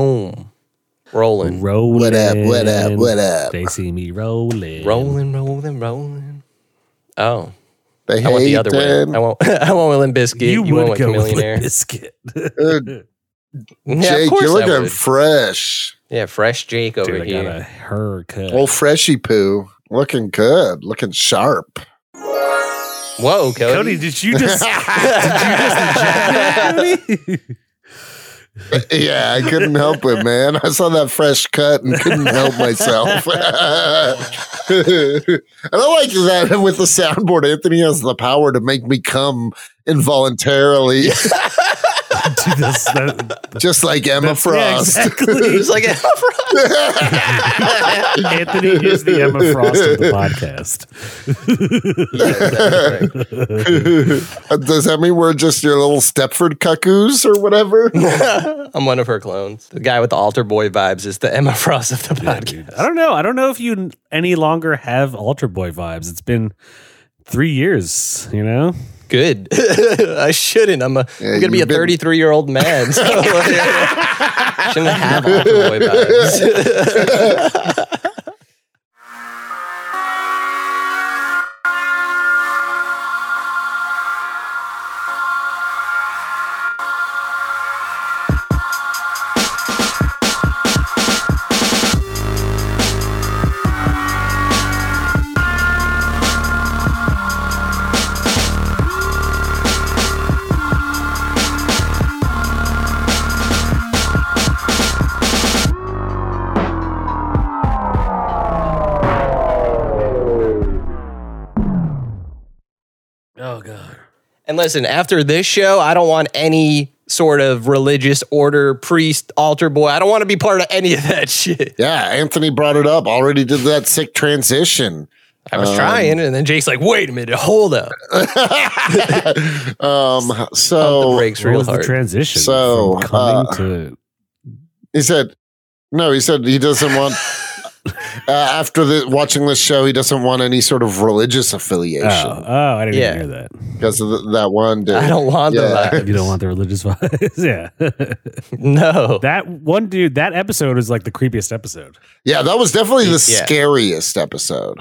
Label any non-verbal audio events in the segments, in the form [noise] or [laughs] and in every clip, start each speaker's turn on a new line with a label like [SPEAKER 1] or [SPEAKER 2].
[SPEAKER 1] Boom. Rolling.
[SPEAKER 2] Rolling.
[SPEAKER 3] What up, what up, what up?
[SPEAKER 2] They see me rolling.
[SPEAKER 1] Rolling, rolling, rolling. Oh.
[SPEAKER 3] They
[SPEAKER 1] I
[SPEAKER 3] hate
[SPEAKER 1] want the other
[SPEAKER 3] them.
[SPEAKER 1] way. I want [laughs] I want Limp Biscuit. You,
[SPEAKER 2] You,
[SPEAKER 1] want like
[SPEAKER 2] would go with
[SPEAKER 1] Millionaire.
[SPEAKER 2] Limp [laughs] Biscuit.
[SPEAKER 3] Good
[SPEAKER 1] [laughs] yeah, of
[SPEAKER 3] Jake,
[SPEAKER 1] course
[SPEAKER 3] you're
[SPEAKER 1] I
[SPEAKER 3] looking
[SPEAKER 1] would.
[SPEAKER 3] fresh.
[SPEAKER 1] yeah, fresh Jake over
[SPEAKER 2] Dude, I
[SPEAKER 1] here.
[SPEAKER 2] got a haircut.
[SPEAKER 3] Old freshy poo. Looking good. Looking sharp. [laughs]
[SPEAKER 1] Whoa, Cody. [laughs]
[SPEAKER 2] Cody, did you just? did you [laughs]
[SPEAKER 3] [laughs]
[SPEAKER 2] just inject that, Cody?
[SPEAKER 3] Yeah, I couldn't help it, man. I saw that fresh cut and couldn't help myself. [laughs] I don't like that with the soundboard. Anthony has the power to make me come involuntarily,
[SPEAKER 2] Dude, that's, that,
[SPEAKER 3] [laughs] just like Emma
[SPEAKER 2] that's- yeah,
[SPEAKER 3] Frost.
[SPEAKER 1] [laughs]
[SPEAKER 3] [laughs]
[SPEAKER 2] exactly.
[SPEAKER 1] It's like
[SPEAKER 2] Anthony is the Emma Frost of the podcast.
[SPEAKER 3] [laughs] Does that mean we're just your little Stepford cuckoos or whatever?
[SPEAKER 1] [laughs] I'm one of her clones. The guy with the altar boy vibes is the Emma [laughs] Frost of the
[SPEAKER 2] Yeah,
[SPEAKER 1] podcast.
[SPEAKER 2] dude. [laughs] I don't know. I don't know if you n- any longer have Ultra Boy vibes. It's been three years, you know?
[SPEAKER 1] Good. [laughs] I shouldn't. I'm, a,
[SPEAKER 3] Yeah,
[SPEAKER 1] I'm gonna be
[SPEAKER 3] you've
[SPEAKER 1] a
[SPEAKER 3] been-
[SPEAKER 1] 33 year old man. So [laughs] shouldn't have altar boy vibes. [laughs]
[SPEAKER 2] Oh god.
[SPEAKER 1] and listen, after this show, I don't want any sort of religious order, priest, altar boy. I don't want to be part of any of that [laughs] shit.
[SPEAKER 3] Yeah, Anthony brought it up. Already did that sick transition.
[SPEAKER 1] I
[SPEAKER 2] Um,
[SPEAKER 1] was trying, and then Jake's like, "Wait a minute, hold up."
[SPEAKER 3] Um,
[SPEAKER 1] Pump the
[SPEAKER 3] so
[SPEAKER 1] brakes
[SPEAKER 2] Oh, What
[SPEAKER 1] real
[SPEAKER 2] was
[SPEAKER 1] hard.
[SPEAKER 2] the transition?
[SPEAKER 3] So,
[SPEAKER 2] from coming
[SPEAKER 3] uh,
[SPEAKER 2] to
[SPEAKER 3] he said, no, he said he doesn't want. Uh, after the, watching this show, he doesn't want any sort of religious
[SPEAKER 2] oh,
[SPEAKER 3] affiliation
[SPEAKER 2] oh, I didn't
[SPEAKER 1] Yeah.
[SPEAKER 2] even hear
[SPEAKER 3] because of th- that one dude.
[SPEAKER 1] I don't want
[SPEAKER 3] Yeah.
[SPEAKER 1] the
[SPEAKER 2] that. [laughs] You don't want the religious vibes. [laughs] yeah.
[SPEAKER 1] vibes. [laughs] No.
[SPEAKER 2] that one dude, that episode was like the creepiest episode.
[SPEAKER 3] yeah, that was definitely the
[SPEAKER 1] Yeah.
[SPEAKER 3] scariest episode.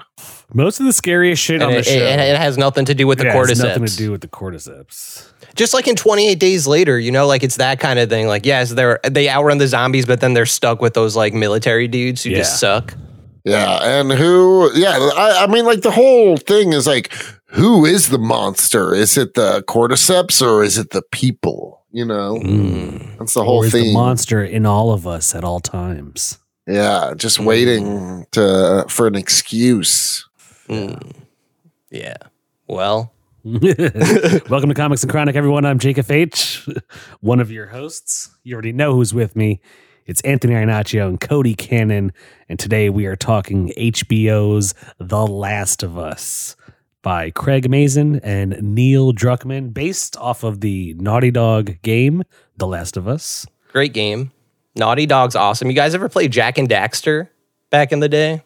[SPEAKER 2] Most of the scariest shit
[SPEAKER 1] and
[SPEAKER 2] on the
[SPEAKER 1] it,
[SPEAKER 2] show.
[SPEAKER 1] it- and it has nothing to do with the
[SPEAKER 2] yeah, it's
[SPEAKER 1] cordyceps.
[SPEAKER 2] nothing to do with the cordyceps.
[SPEAKER 1] Just like in 28 Days Later, you know, like it's that kind of thing. Like, yes, they're they outrun the zombies, but then they're stuck with those like military dudes who
[SPEAKER 2] Yeah.
[SPEAKER 1] just suck.
[SPEAKER 3] Yeah, and who? Yeah, I, I mean, like the whole thing is like, who is the monster? Is it the cordyceps or is it the people? You know, that's the whole
[SPEAKER 2] or is
[SPEAKER 3] thing.
[SPEAKER 2] the monster in all of us at all times?
[SPEAKER 3] yeah, just
[SPEAKER 1] Mm-hmm.
[SPEAKER 3] waiting to uh, for an excuse.
[SPEAKER 1] Hmm. Yeah. Well,
[SPEAKER 2] [laughs] Welcome to Comics and Chronic, everyone. I'm Jacob H., one of your hosts. You already know who's with me. It's Anthony Iannaccio and Cody Cannon, and today we are talking HBO's The Last of Us by Craig Mazin and Neil Druckmann, based off of the Naughty Dog game The Last of Us.
[SPEAKER 1] great game. Naughty Dog's awesome. You guys ever play Jack and Daxter back in the day?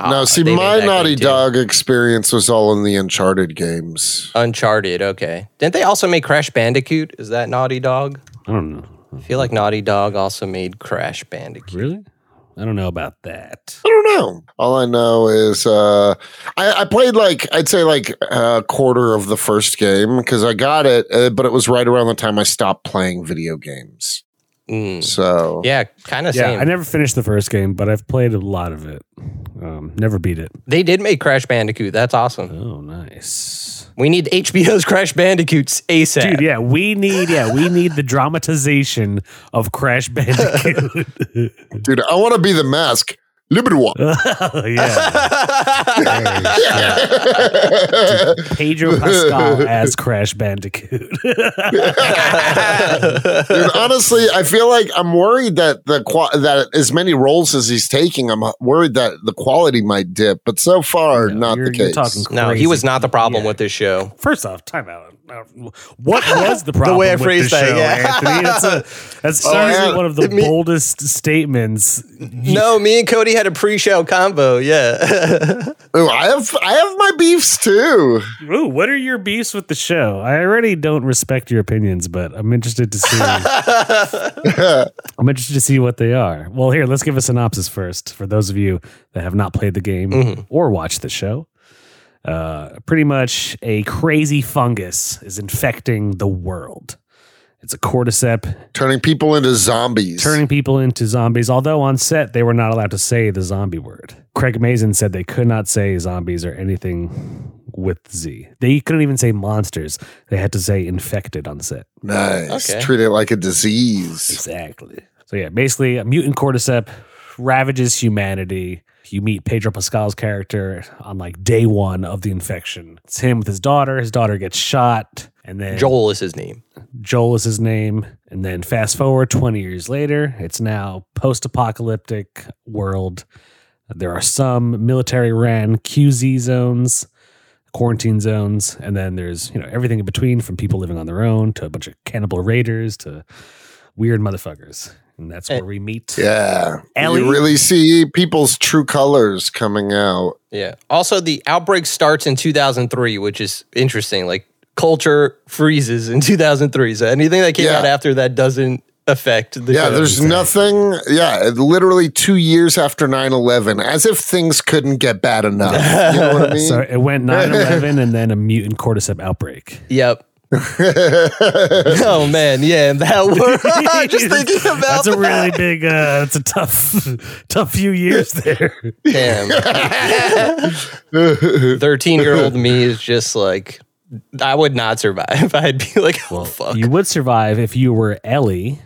[SPEAKER 3] no, see,
[SPEAKER 1] Ah, they did
[SPEAKER 3] my
[SPEAKER 1] that
[SPEAKER 3] Naughty
[SPEAKER 1] game, too.
[SPEAKER 3] Dog experience was all in the Uncharted games.
[SPEAKER 1] Uncharted, okay. Didn't they also make Crash Bandicoot? Is that Naughty Dog?
[SPEAKER 2] I don't know.
[SPEAKER 1] I feel like Naughty Dog also made Crash Bandicoot.
[SPEAKER 2] Really? I don't know about that.
[SPEAKER 3] I don't know. All I know is uh, I, I played like I'd say like a quarter of the first game because I got it, uh, but it was right around the time I stopped playing video games.
[SPEAKER 1] Mm.
[SPEAKER 3] So
[SPEAKER 1] Yeah, kind of
[SPEAKER 2] Yeah,
[SPEAKER 1] same.
[SPEAKER 2] I never finished the first game, but I've played a lot of it. Um, never beat it.
[SPEAKER 1] They did make Crash Bandicoot. That's awesome.
[SPEAKER 2] Oh, nice.
[SPEAKER 1] We need HBO's Crash Bandicoots ASAP.
[SPEAKER 2] Dude, yeah, we need yeah, we need the dramatization of Crash Bandicoot. [laughs]
[SPEAKER 3] dude, I want to be the mask.
[SPEAKER 1] [laughs]
[SPEAKER 3] Libidois.
[SPEAKER 2] yeah.
[SPEAKER 3] [laughs]
[SPEAKER 2] Pedro Pascal as Crash Bandicoot.
[SPEAKER 3] Dude,
[SPEAKER 2] [laughs]
[SPEAKER 3] honestly, I feel like I'm worried that the qua that as many roles as he's taking, I'm uh, worried that the quality might dip. But so far,
[SPEAKER 2] No,
[SPEAKER 3] not
[SPEAKER 2] you're-
[SPEAKER 3] the
[SPEAKER 2] you're
[SPEAKER 3] case.
[SPEAKER 2] talking-
[SPEAKER 1] No, he
[SPEAKER 2] Crazy.
[SPEAKER 1] was not the problem
[SPEAKER 2] Yeah.
[SPEAKER 1] with this show.
[SPEAKER 2] First off, time out. I don't- what was
[SPEAKER 1] [laughs]
[SPEAKER 2] the problem?
[SPEAKER 1] way I
[SPEAKER 2] with the
[SPEAKER 1] phrased that,
[SPEAKER 2] show,
[SPEAKER 1] yeah. Oh,
[SPEAKER 2] Anthony? That's, a, that's seriously
[SPEAKER 3] yeah.
[SPEAKER 2] one of the
[SPEAKER 1] It mean-
[SPEAKER 2] boldest statements.
[SPEAKER 1] No, me and Cody had a pre-show combo. Yeah. [laughs]
[SPEAKER 3] Oh, I have I have my beefs too.
[SPEAKER 2] Ooh, what are your beefs with the show? I already don't respect your opinions, but I'm interested to see. I'm interested to see what they are. Well, here, let's give a synopsis first for those of you that have not played the game or watched the show. Uh, pretty much, a crazy fungus is infecting the world. It's a cordyceps
[SPEAKER 3] Turning people into zombies.
[SPEAKER 2] turning people into zombies. Although on set they were not allowed to say the zombie word. Craig Mazin said they could not say zombies or anything with Z. They couldn't even say monsters. They had to say infected on set.
[SPEAKER 3] nice.
[SPEAKER 1] Okay.
[SPEAKER 3] Treat it like a disease.
[SPEAKER 2] Exactly. So yeah, basically a mutant cordyceps ravages humanity. You meet Pedro Pascal's character on like day one of the infection. It's him with his daughter. His daughter gets shot, and then
[SPEAKER 1] Joel is his name.
[SPEAKER 2] Joel is his name. And then fast forward 20 years later, it's now post apocalyptic world. There are some military ran QZ zones, quarantine zones, and then there's, you know, everything in between from people living on their own to a bunch of cannibal raiders to weird motherfuckers. And that's where we meet.
[SPEAKER 3] Yeah.
[SPEAKER 2] Ellie?
[SPEAKER 3] You really see people's true colors coming out.
[SPEAKER 1] Yeah. Also, the outbreak starts in 2003, which is interesting. Like culture freezes in [laughs] 2003, so anything that came
[SPEAKER 3] Yeah.
[SPEAKER 1] out after that doesn't affect the.
[SPEAKER 3] Yeah,
[SPEAKER 1] show.
[SPEAKER 3] there's nothing. Yeah, literally two years after 9 11, as if things couldn't get bad enough. You
[SPEAKER 2] [laughs]
[SPEAKER 3] know what I mean?
[SPEAKER 2] So it went 9 11 and then a mutant cordyceps outbreak.
[SPEAKER 1] Yep. oh man, yeah, and that word. just [laughs] thinking about
[SPEAKER 2] that's a
[SPEAKER 1] that.
[SPEAKER 2] really big, uh, that's a tough, [laughs] tough few years there.
[SPEAKER 1] Damn. 13 year old me is just like, I would not survive. [laughs] I'd be like, oh, fuck.
[SPEAKER 2] You would survive if you were Ellie,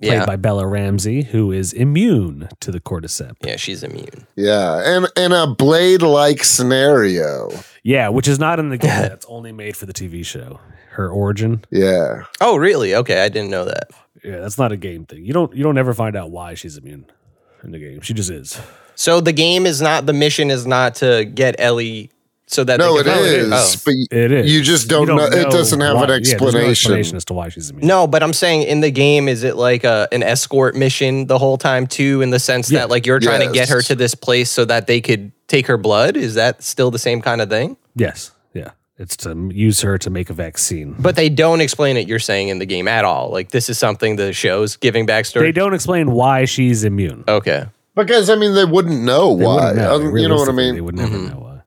[SPEAKER 2] played
[SPEAKER 1] Yeah.
[SPEAKER 2] by Bella Ramsey, who is immune to the cordyceps.
[SPEAKER 1] yeah, she's immune.
[SPEAKER 3] yeah. And in a blade like scenario.
[SPEAKER 2] Yeah, which is not
[SPEAKER 1] [laughs]
[SPEAKER 2] in the game. That's only made for the TV show. Her origin.
[SPEAKER 3] Yeah.
[SPEAKER 1] Oh, really? Okay, I didn't know that.
[SPEAKER 2] Yeah, that's not a game thing. You don't you don't ever find out why she's immune in the game. She just is.
[SPEAKER 1] So the game is not, the mission is not to get Ellie so that
[SPEAKER 3] No,
[SPEAKER 1] they
[SPEAKER 3] it
[SPEAKER 1] can, Oh,
[SPEAKER 3] is.
[SPEAKER 1] oh.
[SPEAKER 3] But y-
[SPEAKER 2] It is.
[SPEAKER 3] You just don't know- it doesn't have an
[SPEAKER 2] yeah, there's no
[SPEAKER 3] explanation.
[SPEAKER 2] explanation as to why she's immune.
[SPEAKER 1] No, but I'm saying in the game, is it like a, an escort mission the whole time, too, in the sense
[SPEAKER 2] Yeah.
[SPEAKER 1] that like you're trying to get
[SPEAKER 3] Yes.
[SPEAKER 1] her to this place so that they could take her blood? Is that still the same kind of thing?
[SPEAKER 2] Yes. Yeah. It's to use her to make a vaccine.
[SPEAKER 1] But they don't explain it, you're saying, in the game at all. Like, this is something the show's giving backstory.
[SPEAKER 2] They don't explain why she's immune.
[SPEAKER 1] Okay.
[SPEAKER 3] because, I mean, they wouldn't know
[SPEAKER 2] They
[SPEAKER 3] why.
[SPEAKER 2] wouldn't know.
[SPEAKER 3] Um, you know what I
[SPEAKER 2] Realistically, They
[SPEAKER 3] mean?
[SPEAKER 2] would never
[SPEAKER 1] Mhm.
[SPEAKER 2] know why.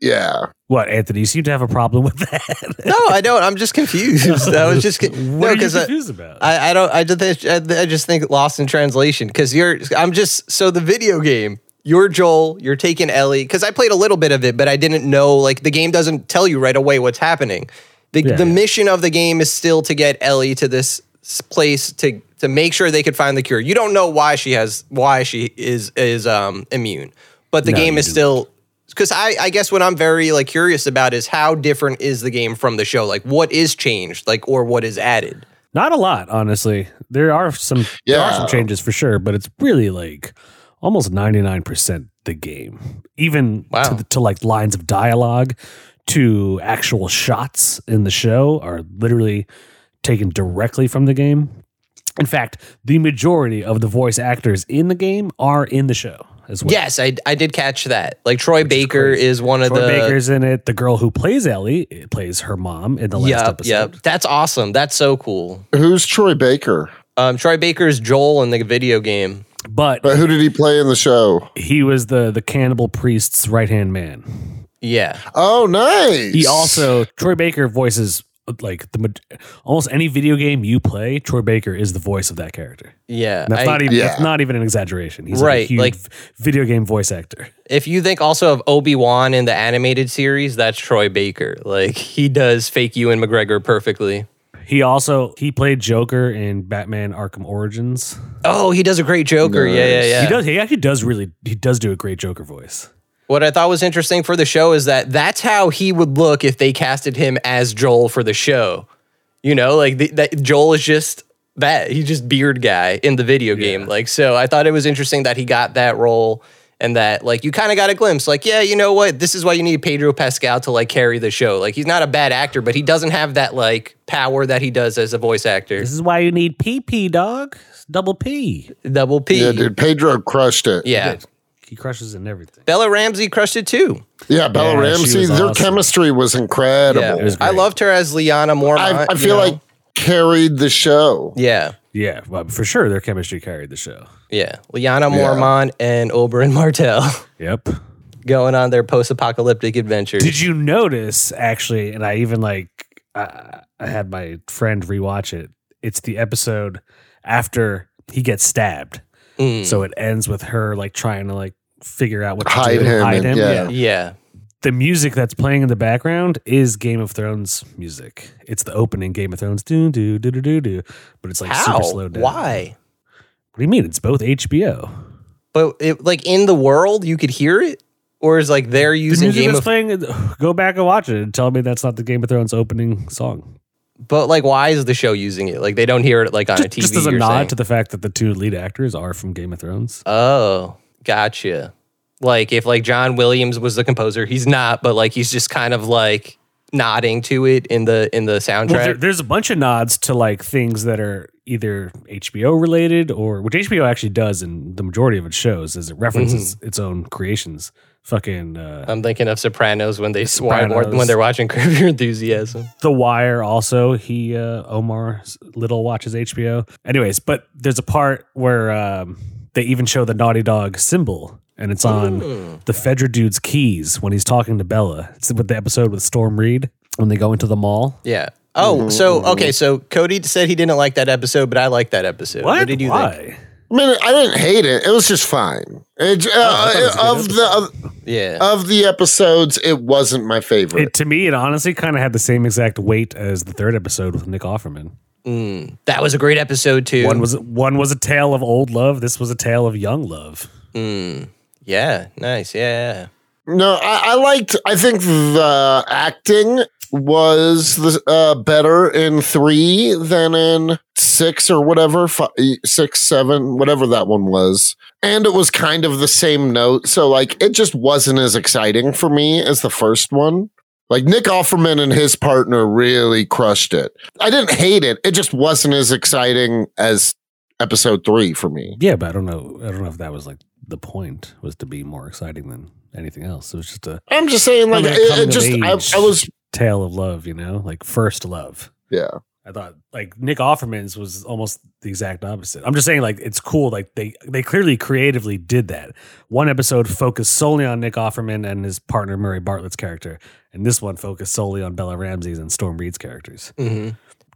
[SPEAKER 3] Yeah.
[SPEAKER 2] What, Anthony? You seem to have a problem with that. [laughs]
[SPEAKER 1] No, I don't. I'm just [laughs] confused. I was just
[SPEAKER 2] what
[SPEAKER 1] no
[SPEAKER 2] are you
[SPEAKER 1] because I,
[SPEAKER 2] confused about?
[SPEAKER 1] I I don't I just think, I just think lost in translation because you're I'm just so the video game. You're Joel. You're taking Ellie because I played a little bit of it, but I didn't know like the game doesn't tell you right away what's happening. The
[SPEAKER 2] Yeah,
[SPEAKER 1] the
[SPEAKER 2] yeah.
[SPEAKER 1] mission of the game is still to get Ellie to this s- place to to make sure they could find the cure. You don't know why she has why she is is um immune, but the
[SPEAKER 2] No,
[SPEAKER 1] game
[SPEAKER 2] you
[SPEAKER 1] is
[SPEAKER 2] do
[SPEAKER 1] still because I, I guess what I'm very like curious about is how different is the game from the show? Like what is changed, like or what is added?
[SPEAKER 2] Not a lot, honestly. There are some there are some
[SPEAKER 3] Yeah.
[SPEAKER 2] changes for sure, but it's really like almost ninety nine percent the game, even
[SPEAKER 1] Wow.
[SPEAKER 2] to, the, to like lines of dialogue to actual shots in the show are literally taken directly from the game. In fact, the majority of the voice actors in the game are in the show as well.
[SPEAKER 1] Yes, I, I did catch that. Like Troy Baker
[SPEAKER 2] crazy.
[SPEAKER 1] is one of
[SPEAKER 2] Troy
[SPEAKER 1] the
[SPEAKER 2] Baker's in it. The girl who plays Ellie it plays her mom in the last
[SPEAKER 1] Yep,
[SPEAKER 2] episode.
[SPEAKER 1] yep. That's awesome. That's so cool.
[SPEAKER 3] Who's Troy Baker?
[SPEAKER 1] Um, Troy Baker's Joel in the video game.
[SPEAKER 2] But
[SPEAKER 3] But who did he play in the show?
[SPEAKER 2] he was the the cannibal priest's right hand man.
[SPEAKER 1] Yeah.
[SPEAKER 3] Oh, nice.
[SPEAKER 2] He also Troy Baker voices like the ma- almost any video game you play. Troy Baker is the voice of that character.
[SPEAKER 1] Yeah.
[SPEAKER 2] And that's
[SPEAKER 1] I-
[SPEAKER 2] not e- even
[SPEAKER 3] yeah.
[SPEAKER 2] that's not even an exaggeration. He's like
[SPEAKER 1] Right,
[SPEAKER 2] a huge
[SPEAKER 1] like-
[SPEAKER 2] v- video game voice actor.
[SPEAKER 1] if you think also of Obi-Wan in the animated series, that's Troy Baker. Like he does fake you and McGregor perfectly.
[SPEAKER 2] He also he played Joker in Batman Arkham Origins.
[SPEAKER 1] Oh, he does a great Joker. Yeah, yeah,
[SPEAKER 3] Nice.
[SPEAKER 1] yeah.
[SPEAKER 2] He does he actually does really he does do a great Joker voice.
[SPEAKER 1] What I thought was interesting for the show is that that's how he would look if they casted him as Joel for the show. You know, like the, that Joel is just that he's just beard guy in the video game. Like so, I thought it was interesting that he got that role, and that like you kind of got a glimpse like yeah you know what this is why you need pedro pascal to like carry the show like he's not a bad actor but he doesn't have that like power that he does as a voice actor
[SPEAKER 2] This is why you need PP, dog. It's double P.
[SPEAKER 1] double p
[SPEAKER 3] Yeah, dude. Pedro crushed it.
[SPEAKER 1] yeah.
[SPEAKER 2] He crushes in everything.
[SPEAKER 1] bella ramsey crushed it too
[SPEAKER 3] Yeah, Bella
[SPEAKER 2] Yeah, she
[SPEAKER 3] Ramsey,
[SPEAKER 2] was
[SPEAKER 3] their
[SPEAKER 2] awesome.
[SPEAKER 3] chemistry was incredible.
[SPEAKER 1] yeah
[SPEAKER 2] was
[SPEAKER 1] i
[SPEAKER 2] great.
[SPEAKER 1] loved her as liana more
[SPEAKER 3] I, I feel like carried the show.
[SPEAKER 1] yeah
[SPEAKER 2] Yeah, well, for sure, their chemistry carried the show.
[SPEAKER 1] yeah, Liana Mormont and Oberyn Martell [laughs]
[SPEAKER 2] Yep.
[SPEAKER 1] going on their post-apocalyptic adventures.
[SPEAKER 2] Did you notice actually? And I even like uh, I had my friend rewatch it. It's the episode after he gets stabbed,
[SPEAKER 1] Mm.
[SPEAKER 2] so it ends with her like trying to like figure out what to
[SPEAKER 3] Hide
[SPEAKER 2] do,
[SPEAKER 3] him and- yeah.
[SPEAKER 1] Yeah,
[SPEAKER 2] The music that's playing in the background is Game of Thrones music. It's the opening Game of Thrones do do do do do do, but it's like
[SPEAKER 1] how?
[SPEAKER 2] super slowed down.
[SPEAKER 1] Why?
[SPEAKER 2] What do you mean? It's both HBO.
[SPEAKER 1] But it, like in the world, you could hear it, or is like they're
[SPEAKER 2] The
[SPEAKER 1] using
[SPEAKER 2] music
[SPEAKER 1] Game
[SPEAKER 2] that's
[SPEAKER 1] of
[SPEAKER 2] playing. [sighs] Go back and watch it and tell me that's not the Game of Thrones opening song.
[SPEAKER 1] But like, why is the show using it? Like they don't hear it like on a
[SPEAKER 2] Just,
[SPEAKER 1] TV.
[SPEAKER 2] just as a
[SPEAKER 1] you're
[SPEAKER 2] nod
[SPEAKER 1] saying.
[SPEAKER 2] to the fact that the two lead actors are from Game of Thrones.
[SPEAKER 1] oh, gotcha. Like if like John Williams was the composer, he's not, but like he's just kind of like nodding to it in the in the soundtrack.
[SPEAKER 2] Well, there, there's a bunch of nods to like things that are either HBO related or which HBO actually does in the majority of its shows is it references its own creations. Fucking uh,
[SPEAKER 1] I'm thinking of Sopranos when they
[SPEAKER 2] Sopranos.
[SPEAKER 1] Sopranos. when they're watching [laughs] Curb Your Enthusiasm.
[SPEAKER 2] The Wire also he uh, Omar Little watches HBO. Anyways, but there's a part where um, they even show the Naughty Dog symbol and it's on the Fedra dude's keys when he's talking to Bella. It's with the episode with Storm Reed when they go into the mall.
[SPEAKER 1] Yeah. Oh, so okay, so Cody said he didn't like that episode, but I liked that episode. What, did you
[SPEAKER 2] Why?
[SPEAKER 3] I mean, I didn't hate it. It was just fine. It, uh,
[SPEAKER 2] Oh, it was a good
[SPEAKER 3] of the of,
[SPEAKER 1] think? Yeah.
[SPEAKER 3] of the episodes, it wasn't my favorite.
[SPEAKER 2] It, to me, it honestly kind of had the same exact weight as the third episode with Nick Offerman.
[SPEAKER 1] that was a great episode too.
[SPEAKER 2] One was one was a tale of old love. This was a tale of young love.
[SPEAKER 1] yeah, nice. Yeah.
[SPEAKER 3] no, I, I liked. I think the acting was the, uh, better in three than in six or whatever, fi- six, seven, whatever that one was. And it was kind of the same note, so like it just wasn't as exciting for me as the first one. Like Nick Offerman and his partner really crushed it. I didn't hate it. It just wasn't as exciting as episode three for me.
[SPEAKER 2] Yeah, but I don't know. I don't know if that was like the point was to be more exciting than anything else. It was just a
[SPEAKER 3] I'm just saying, like,
[SPEAKER 2] Like a
[SPEAKER 3] it,
[SPEAKER 2] coming
[SPEAKER 3] it
[SPEAKER 2] of
[SPEAKER 3] just,
[SPEAKER 2] age.
[SPEAKER 3] I, I was,
[SPEAKER 2] tale of love, you know, like first love.
[SPEAKER 3] yeah.
[SPEAKER 2] I thought like Nick Offerman's was almost the exact opposite. I'm just saying like it's cool like they they clearly creatively did that. One episode focused solely on Nick Offerman and his partner Murray Bartlett's character, and this one focused solely on Bella Ramsey's and Storm Reed's characters.
[SPEAKER 1] hmm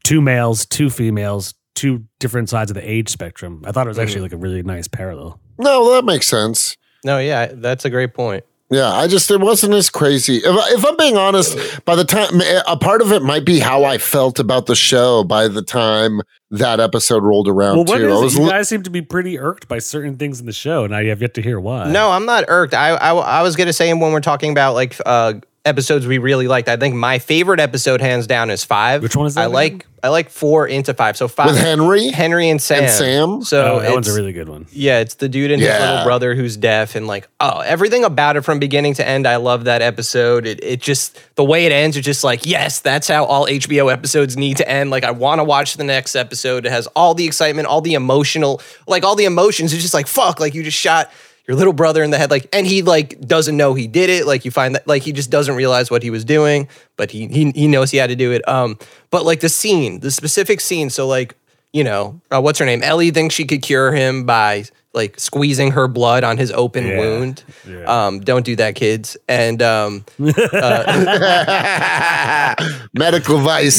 [SPEAKER 2] Two males, two females, two different sides of the age spectrum. I
[SPEAKER 3] Mm-hmm.
[SPEAKER 2] thought it was actually
[SPEAKER 1] Mhm.
[SPEAKER 2] like a really nice parallel.
[SPEAKER 3] No, that makes sense.
[SPEAKER 1] No, yeah, that's a great point.
[SPEAKER 3] Yeah, I just it wasn't as crazy. If, I- if I'm being honest, by the time a part of it might be how I felt about the show by the time that episode rolled around
[SPEAKER 2] Well, what
[SPEAKER 3] too. Um, I
[SPEAKER 2] is
[SPEAKER 3] was
[SPEAKER 2] it? You
[SPEAKER 3] li-
[SPEAKER 2] guys seem to be pretty irked by certain things in the show, and I have yet to hear why.
[SPEAKER 1] No, I'm not irked. I, I I was gonna say when we're talking about like uh episodes we really liked. I think my favorite episode, hands down, is five.
[SPEAKER 2] Which one is that
[SPEAKER 1] I
[SPEAKER 2] again?
[SPEAKER 1] like I like four into five. So five
[SPEAKER 3] with Henry
[SPEAKER 1] Henry and Sam.
[SPEAKER 3] and Sam.
[SPEAKER 1] So
[SPEAKER 2] Oh, that one's a
[SPEAKER 1] it's-
[SPEAKER 2] really good one.
[SPEAKER 1] Yeah, it's the dude and his
[SPEAKER 3] Yeah.
[SPEAKER 1] little brother who's deaf, and like, oh, everything about it from beginning to end. I love that episode. It, it just the way it ends, it's just like, yes, that's how all HBO episodes need to end. Like, I want to watch the next episode. It has all the excitement, all the emotional, like all the emotions. It's just like, fuck, like you just shot your little brother in the head, like, and he like doesn't know he did it. Like, you find that like he just doesn't realize what he was doing, but he he he knows he had to do it. Um, but like the scene, the specific scene. So like you know, uh, what's her name? Ellie thinks she could cure him by like squeezing her blood on his open
[SPEAKER 2] Yeah.
[SPEAKER 1] wound.
[SPEAKER 2] Yeah.
[SPEAKER 1] Um, don't do that, kids. And
[SPEAKER 2] [laughs]
[SPEAKER 1] um,
[SPEAKER 3] Medical advice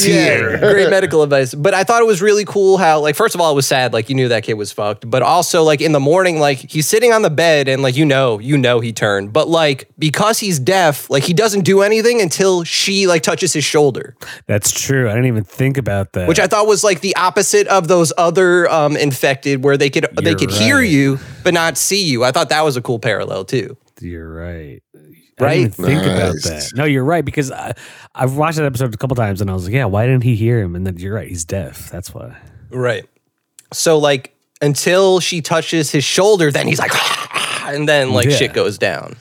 [SPEAKER 1] [laughs]
[SPEAKER 3] here.
[SPEAKER 1] great medical advice. But I thought it was really cool how, like, first of all, it was sad. Like, you knew that kid was fucked. But also, like, in the morning, like, he's sitting on the bed and, like, you know, you know he turned. But, like, because he's deaf, like, he doesn't do anything until she, like, touches his shoulder.
[SPEAKER 2] That's true. I didn't even think about that.
[SPEAKER 1] which I thought was like the opposite of those other um, infected, where they could they
[SPEAKER 2] You're
[SPEAKER 1] could hear
[SPEAKER 2] right.
[SPEAKER 1] you but not see you. I thought that was a cool parallel too.
[SPEAKER 2] You're right. I
[SPEAKER 1] Right?
[SPEAKER 2] didn't even think about
[SPEAKER 3] Nice.
[SPEAKER 2] that. No, you're right because I, I've watched that episode a couple times and I was like, yeah, why didn't he hear him? And then you're right, he's deaf. That's why.
[SPEAKER 1] Right. So like [laughs] until she touches his shoulder, then he's like, and then like
[SPEAKER 2] Yeah.
[SPEAKER 1] shit goes down.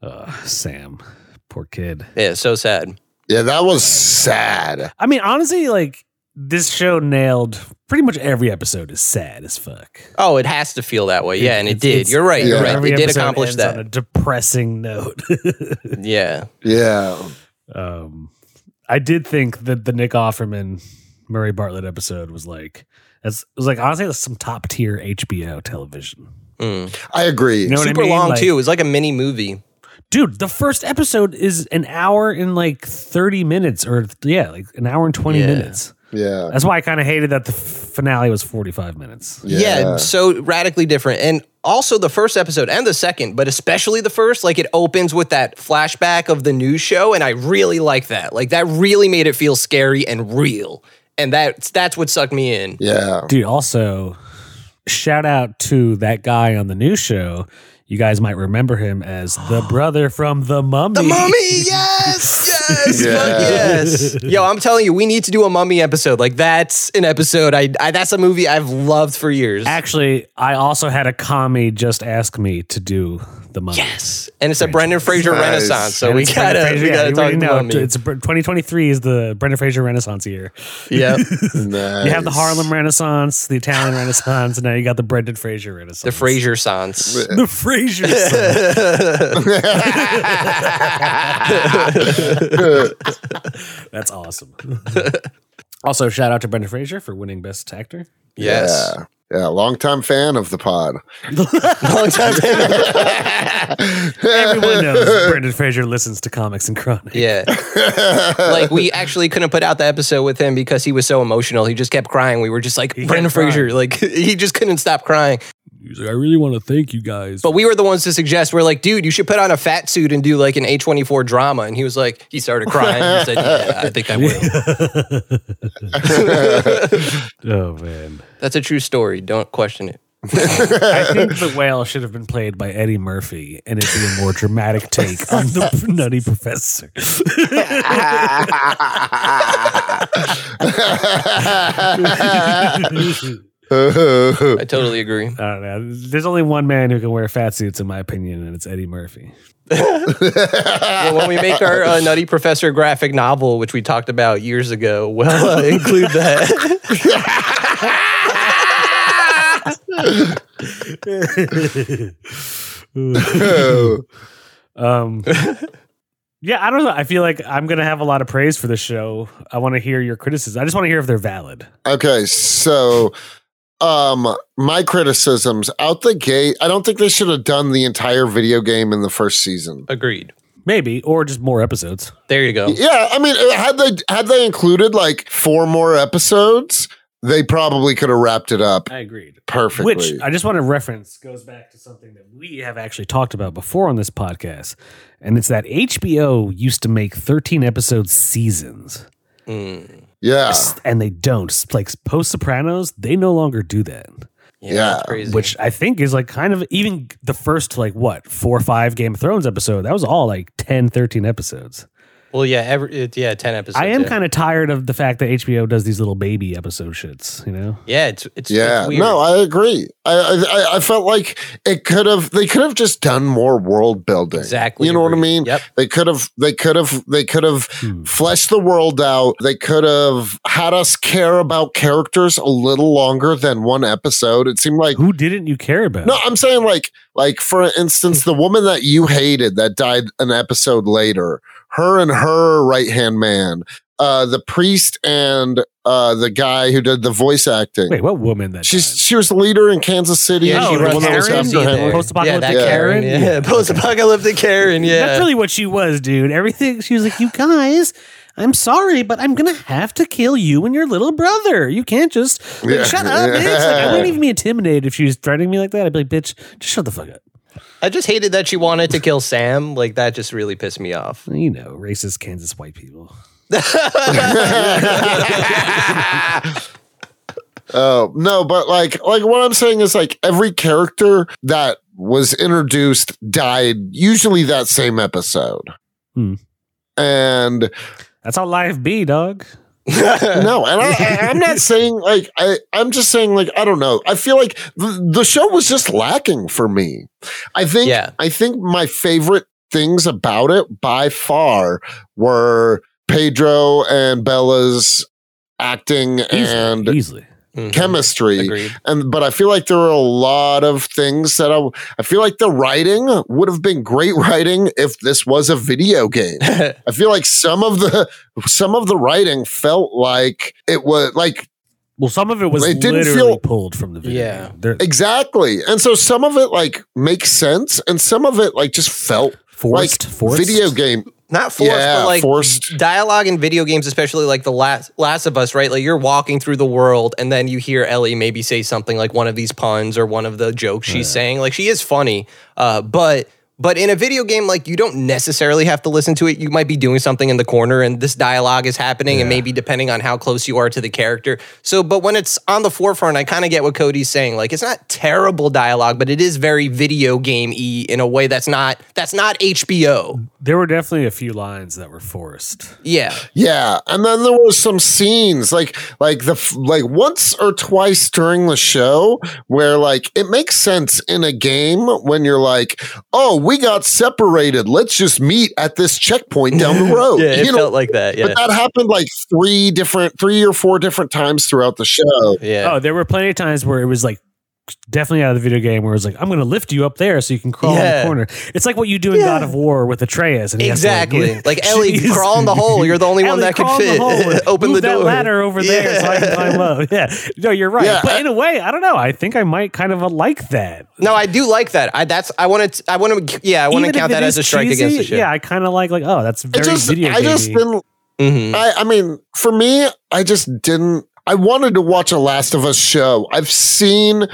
[SPEAKER 2] Uh, Sam, poor kid.
[SPEAKER 1] Yeah, so sad.
[SPEAKER 3] Yeah, that was sad.
[SPEAKER 2] I mean, honestly, like this show nailed pretty much every episode is sad as fuck.
[SPEAKER 1] Oh, it has to feel that way. Yeah, and it
[SPEAKER 2] It's-
[SPEAKER 1] did.
[SPEAKER 2] it's-
[SPEAKER 1] You're right. You're
[SPEAKER 3] yeah.
[SPEAKER 1] right.
[SPEAKER 2] Every
[SPEAKER 1] They did
[SPEAKER 2] episode
[SPEAKER 1] accomplish
[SPEAKER 2] ends on a
[SPEAKER 1] that.
[SPEAKER 2] depressing note. [laughs]
[SPEAKER 1] Yeah.
[SPEAKER 3] Yeah.
[SPEAKER 2] um, I did think that the Nick Offerman Murray Bartlett episode was like that's it was like honestly that's some top tier HBO television.
[SPEAKER 1] Mm.
[SPEAKER 3] I agree.
[SPEAKER 2] You know what I
[SPEAKER 1] Super
[SPEAKER 2] mean?
[SPEAKER 1] long
[SPEAKER 2] Like-
[SPEAKER 1] too. It was like a mini movie.
[SPEAKER 2] Dude, the first episode is an hour and like 30 minutes or yeah, like an hour and 20
[SPEAKER 1] Yeah.
[SPEAKER 2] minutes.
[SPEAKER 3] yeah.
[SPEAKER 2] That's why I kind of hated that the f- finale was 45 minutes.
[SPEAKER 1] Yeah. so radically different. And also the first episode and the second, but especially the first, like it opens with that flashback of the news show, and I really like that. Like that really made it feel scary and real. And that's that's what sucked me in.
[SPEAKER 3] Yeah.
[SPEAKER 2] Dude, also shout out to that guy on the new show. You guys might remember him as
[SPEAKER 1] [gasps]
[SPEAKER 2] the brother from The Mummy.
[SPEAKER 1] The mummy,
[SPEAKER 2] [laughs]
[SPEAKER 1] yes, yes, fuck
[SPEAKER 3] Yeah.
[SPEAKER 1] yes. Yo, I'm telling you, we need to do a mummy episode. Like that's an episode. I, I that's a movie I've loved for years.
[SPEAKER 2] Actually, I also had a commie just ask me to do The Mummy.
[SPEAKER 1] yes, and it's a Brendan Fraser
[SPEAKER 3] Nice.
[SPEAKER 1] renaissance. So
[SPEAKER 2] And
[SPEAKER 1] we
[SPEAKER 2] it's Brendan
[SPEAKER 1] gotta
[SPEAKER 2] Fraser-
[SPEAKER 1] we
[SPEAKER 2] yeah,
[SPEAKER 1] gotta
[SPEAKER 2] you
[SPEAKER 1] talk
[SPEAKER 2] already know,
[SPEAKER 1] about mummy.
[SPEAKER 2] It's 2023 is the Brendan Fraser Renaissance year.
[SPEAKER 1] Yeah,
[SPEAKER 2] [laughs]
[SPEAKER 3] Nice.
[SPEAKER 2] You have the Harlem Renaissance,
[SPEAKER 1] [laughs]
[SPEAKER 2] the Italian Renaissance, and now you got the Brendan Fraser Renaissance. [laughs]
[SPEAKER 1] the Fraser sans.
[SPEAKER 2] The
[SPEAKER 1] [laughs]
[SPEAKER 2] Fraser. Renaissance. That's awesome. also, shout out to Brendan Fraser for winning Best Actor.
[SPEAKER 1] Yes.
[SPEAKER 3] Yeah. Yeah. Longtime fan of the pod. [laughs]
[SPEAKER 1] Long time.
[SPEAKER 2] Everyone knows Brendan Fraser listens to comics and
[SPEAKER 1] [laughs]
[SPEAKER 2] chronic.
[SPEAKER 1] Yeah. [laughs] like we actually couldn't put out the episode with him because he was so emotional. He just kept crying. We were just like
[SPEAKER 2] kept
[SPEAKER 1] Brendan
[SPEAKER 2] crying.
[SPEAKER 1] Fraser. Like [laughs] he just couldn't stop crying.
[SPEAKER 2] He's like, I really want to thank you guys.
[SPEAKER 1] But we were the ones to suggest we're like, dude, you should put on a fat suit and do like an A24 drama. And he was like, he started crying. He said, yeah, I think I will.
[SPEAKER 2] oh man,
[SPEAKER 1] That's a true story. Don't question it.
[SPEAKER 2] I think the whale should have been played by Eddie Murphy, and it'd be a more dramatic take on the Nutty Professor.
[SPEAKER 1] I totally agree.
[SPEAKER 2] I don't know. There's only one man who can wear fat suits, in my opinion, and it's Eddie Murphy.
[SPEAKER 1] Well, when we make our uh, Nutty Professor graphic novel, which we talked about years ago, we'll uh, include that.
[SPEAKER 2] Um, yeah, I don't know. I feel like I'm gonna have a lot of praise for this show. I want to hear your criticisms. I just want to hear if they're valid.
[SPEAKER 3] Okay, so um my criticisms out the gate, I don't think they should have done the entire video game in the first season.
[SPEAKER 1] Agreed.
[SPEAKER 2] Maybe, or just more episodes.
[SPEAKER 1] There you go.
[SPEAKER 3] Yeah, I mean, uh, had they had they included like four more episodes, they probably could have wrapped it up
[SPEAKER 2] I agreed.
[SPEAKER 3] perfectly.
[SPEAKER 2] Which
[SPEAKER 1] uh,
[SPEAKER 2] I just want to reference goes back to something that we have actually talked about before on this podcast, and it's that HBO used to make 13 episode seasons,
[SPEAKER 1] Mm,
[SPEAKER 3] yeah,
[SPEAKER 2] and they don't. Like post Sopranos, they no longer do that.
[SPEAKER 1] yeah.
[SPEAKER 3] Yeah.
[SPEAKER 1] that's crazy.
[SPEAKER 2] which I think is like kind of even the first like what four or five Game of Thrones episode that was all like 10 13 episodes.
[SPEAKER 1] well, yeah, every, it, yeah, 10 episodes.
[SPEAKER 2] I am
[SPEAKER 1] yeah.
[SPEAKER 2] kind of tired of the fact that HBO does these little baby episode shits, you know.
[SPEAKER 1] Yeah, it's it's
[SPEAKER 3] yeah.
[SPEAKER 1] It's weird.
[SPEAKER 3] No, I agree. I, I I- I felt like it could have they could have just done more world building.
[SPEAKER 1] exactly.
[SPEAKER 3] You know what I
[SPEAKER 1] agree.
[SPEAKER 3] mean?
[SPEAKER 1] Yep.
[SPEAKER 3] They could have they could have they could have
[SPEAKER 2] Hmm.
[SPEAKER 3] fleshed the world out. They could have had us care about characters a little longer than one episode. It seemed like
[SPEAKER 2] Who didn't you care about?
[SPEAKER 3] no, I'm saying like like for instance, the woman that you hated that died an episode later, her and her right hand man, uh, the priest and uh, the guy who did the voice acting.
[SPEAKER 2] Wait, what woman that
[SPEAKER 3] She's she was the leader in Kansas City.
[SPEAKER 1] Yeah,
[SPEAKER 2] Oh,
[SPEAKER 3] she
[SPEAKER 1] she
[SPEAKER 2] the
[SPEAKER 3] was
[SPEAKER 1] runs
[SPEAKER 3] one that was
[SPEAKER 2] Karen?
[SPEAKER 3] after Henry.
[SPEAKER 2] Post-apocalyptic
[SPEAKER 1] Yeah, that
[SPEAKER 2] Karen?
[SPEAKER 1] Karen.
[SPEAKER 3] [laughs]
[SPEAKER 1] Yeah, post-apocalyptic Karen.
[SPEAKER 2] died?
[SPEAKER 1] Yeah.
[SPEAKER 2] That's really what she was, dude. Everything she was like, "You guys, I'm sorry, but I'm gonna have to kill you and your little brother. You can't just like,
[SPEAKER 3] Yeah.
[SPEAKER 2] shut up, bitch." Like, I wouldn't
[SPEAKER 3] [laughs]
[SPEAKER 2] even be intimidated if she was threatening me like that. I'd be like, "Bitch, just shut the fuck up."
[SPEAKER 1] I just hated that she wanted to kill Sam. Like that just really pissed me off. [laughs]
[SPEAKER 3] [laughs]
[SPEAKER 2] you know, racist Kansas white people.
[SPEAKER 3] Oh no, but like like what I'm saying is like every character that was introduced died usually that same episode.
[SPEAKER 2] Hmm.
[SPEAKER 3] And
[SPEAKER 2] That's how life be, dog.
[SPEAKER 3] no, and I, I, am not saying like I. I'm just saying like I don't know. I feel like the, the show was just lacking for me. I think.
[SPEAKER 1] Yeah.
[SPEAKER 3] I think my favorite things about it by far were Pedro and Bella's acting and
[SPEAKER 2] easily, easily.
[SPEAKER 1] Mhm.
[SPEAKER 3] chemistry.
[SPEAKER 1] Agreed. [laughs]
[SPEAKER 3] and but I feel like there are a lot of things that I I feel like the writing would have been great writing if this was a video game. I feel like some of the some of the writing felt like it was like
[SPEAKER 2] Well, some of it was
[SPEAKER 3] It didn't
[SPEAKER 2] literally
[SPEAKER 3] feel-
[SPEAKER 2] pulled from the video.
[SPEAKER 1] Yeah.
[SPEAKER 2] game. There-
[SPEAKER 3] exactly. And so some of it like makes sense and some of it like just felt
[SPEAKER 2] forced,
[SPEAKER 3] like
[SPEAKER 2] forced
[SPEAKER 3] video game.
[SPEAKER 1] Not forced,
[SPEAKER 3] Yeah,
[SPEAKER 1] but like
[SPEAKER 3] forced.
[SPEAKER 1] dialogue in video games, especially like the last Last of Us, right? Like you're walking through the world, and then you hear Ellie maybe say something like one of these puns or one of the jokes she's saying. Like she is funny, uh, but but in a video game, like you don't necessarily have to listen to it. You might be doing something in the corner, and this dialogue is happening, and maybe depending on how close you are to the character. So, but when it's on the forefront, I kind of get what Cody's saying. Like it's not terrible dialogue, but it is very video game y in a way that's not that's not HBO.
[SPEAKER 2] There were definitely a few lines that were forced.
[SPEAKER 1] Yeah.
[SPEAKER 3] Yeah, and then there was some scenes like like the f- like once or twice during the show where like it makes sense in a game when you're like, "Oh, we got separated. Let's just meet at this checkpoint down the road."
[SPEAKER 1] [laughs] Yeah, it
[SPEAKER 3] you know,
[SPEAKER 1] felt like that. Yeah.
[SPEAKER 3] but that happened like three different three or four different times throughout the show.
[SPEAKER 1] Yeah.
[SPEAKER 2] Oh, there were plenty of times where it was like definitely out of the video game where it was like, I'm going to lift you up there so you can crawl in
[SPEAKER 1] Yeah.
[SPEAKER 2] the corner. It's like what you do in
[SPEAKER 1] Yeah.
[SPEAKER 2] God of War with Atreus. And he has to,
[SPEAKER 1] Exactly.
[SPEAKER 2] like, [laughs]
[SPEAKER 1] Like, Ellie,
[SPEAKER 2] Jeez.
[SPEAKER 1] crawl in the hole. You're the only one
[SPEAKER 2] Ellie,
[SPEAKER 1] that could
[SPEAKER 2] crawl in
[SPEAKER 1] fit.
[SPEAKER 2] hole.
[SPEAKER 1] [laughs] Open
[SPEAKER 2] Move
[SPEAKER 1] the
[SPEAKER 2] that
[SPEAKER 1] door.
[SPEAKER 2] ladder over there so I can
[SPEAKER 1] Yeah.
[SPEAKER 2] climb up. [laughs] Yeah. No, you're right.
[SPEAKER 3] Yeah,
[SPEAKER 2] but
[SPEAKER 3] I-
[SPEAKER 2] in a way, I don't know. I think I might kind of uh, like that.
[SPEAKER 1] No, I do like that. I that's I want to I want to yeah, I want to
[SPEAKER 2] Even if
[SPEAKER 1] count
[SPEAKER 2] it
[SPEAKER 1] that as
[SPEAKER 2] is
[SPEAKER 1] a strike
[SPEAKER 2] cheesy,
[SPEAKER 1] against the show.
[SPEAKER 2] Yeah, I kind of like like oh, that's
[SPEAKER 3] I
[SPEAKER 2] very
[SPEAKER 3] just
[SPEAKER 2] video
[SPEAKER 3] I just
[SPEAKER 2] gamey.
[SPEAKER 3] didn't
[SPEAKER 1] Mhm.
[SPEAKER 3] I, I mean, for me, I just didn't. I wanted to watch a Last of Us show. I've seen,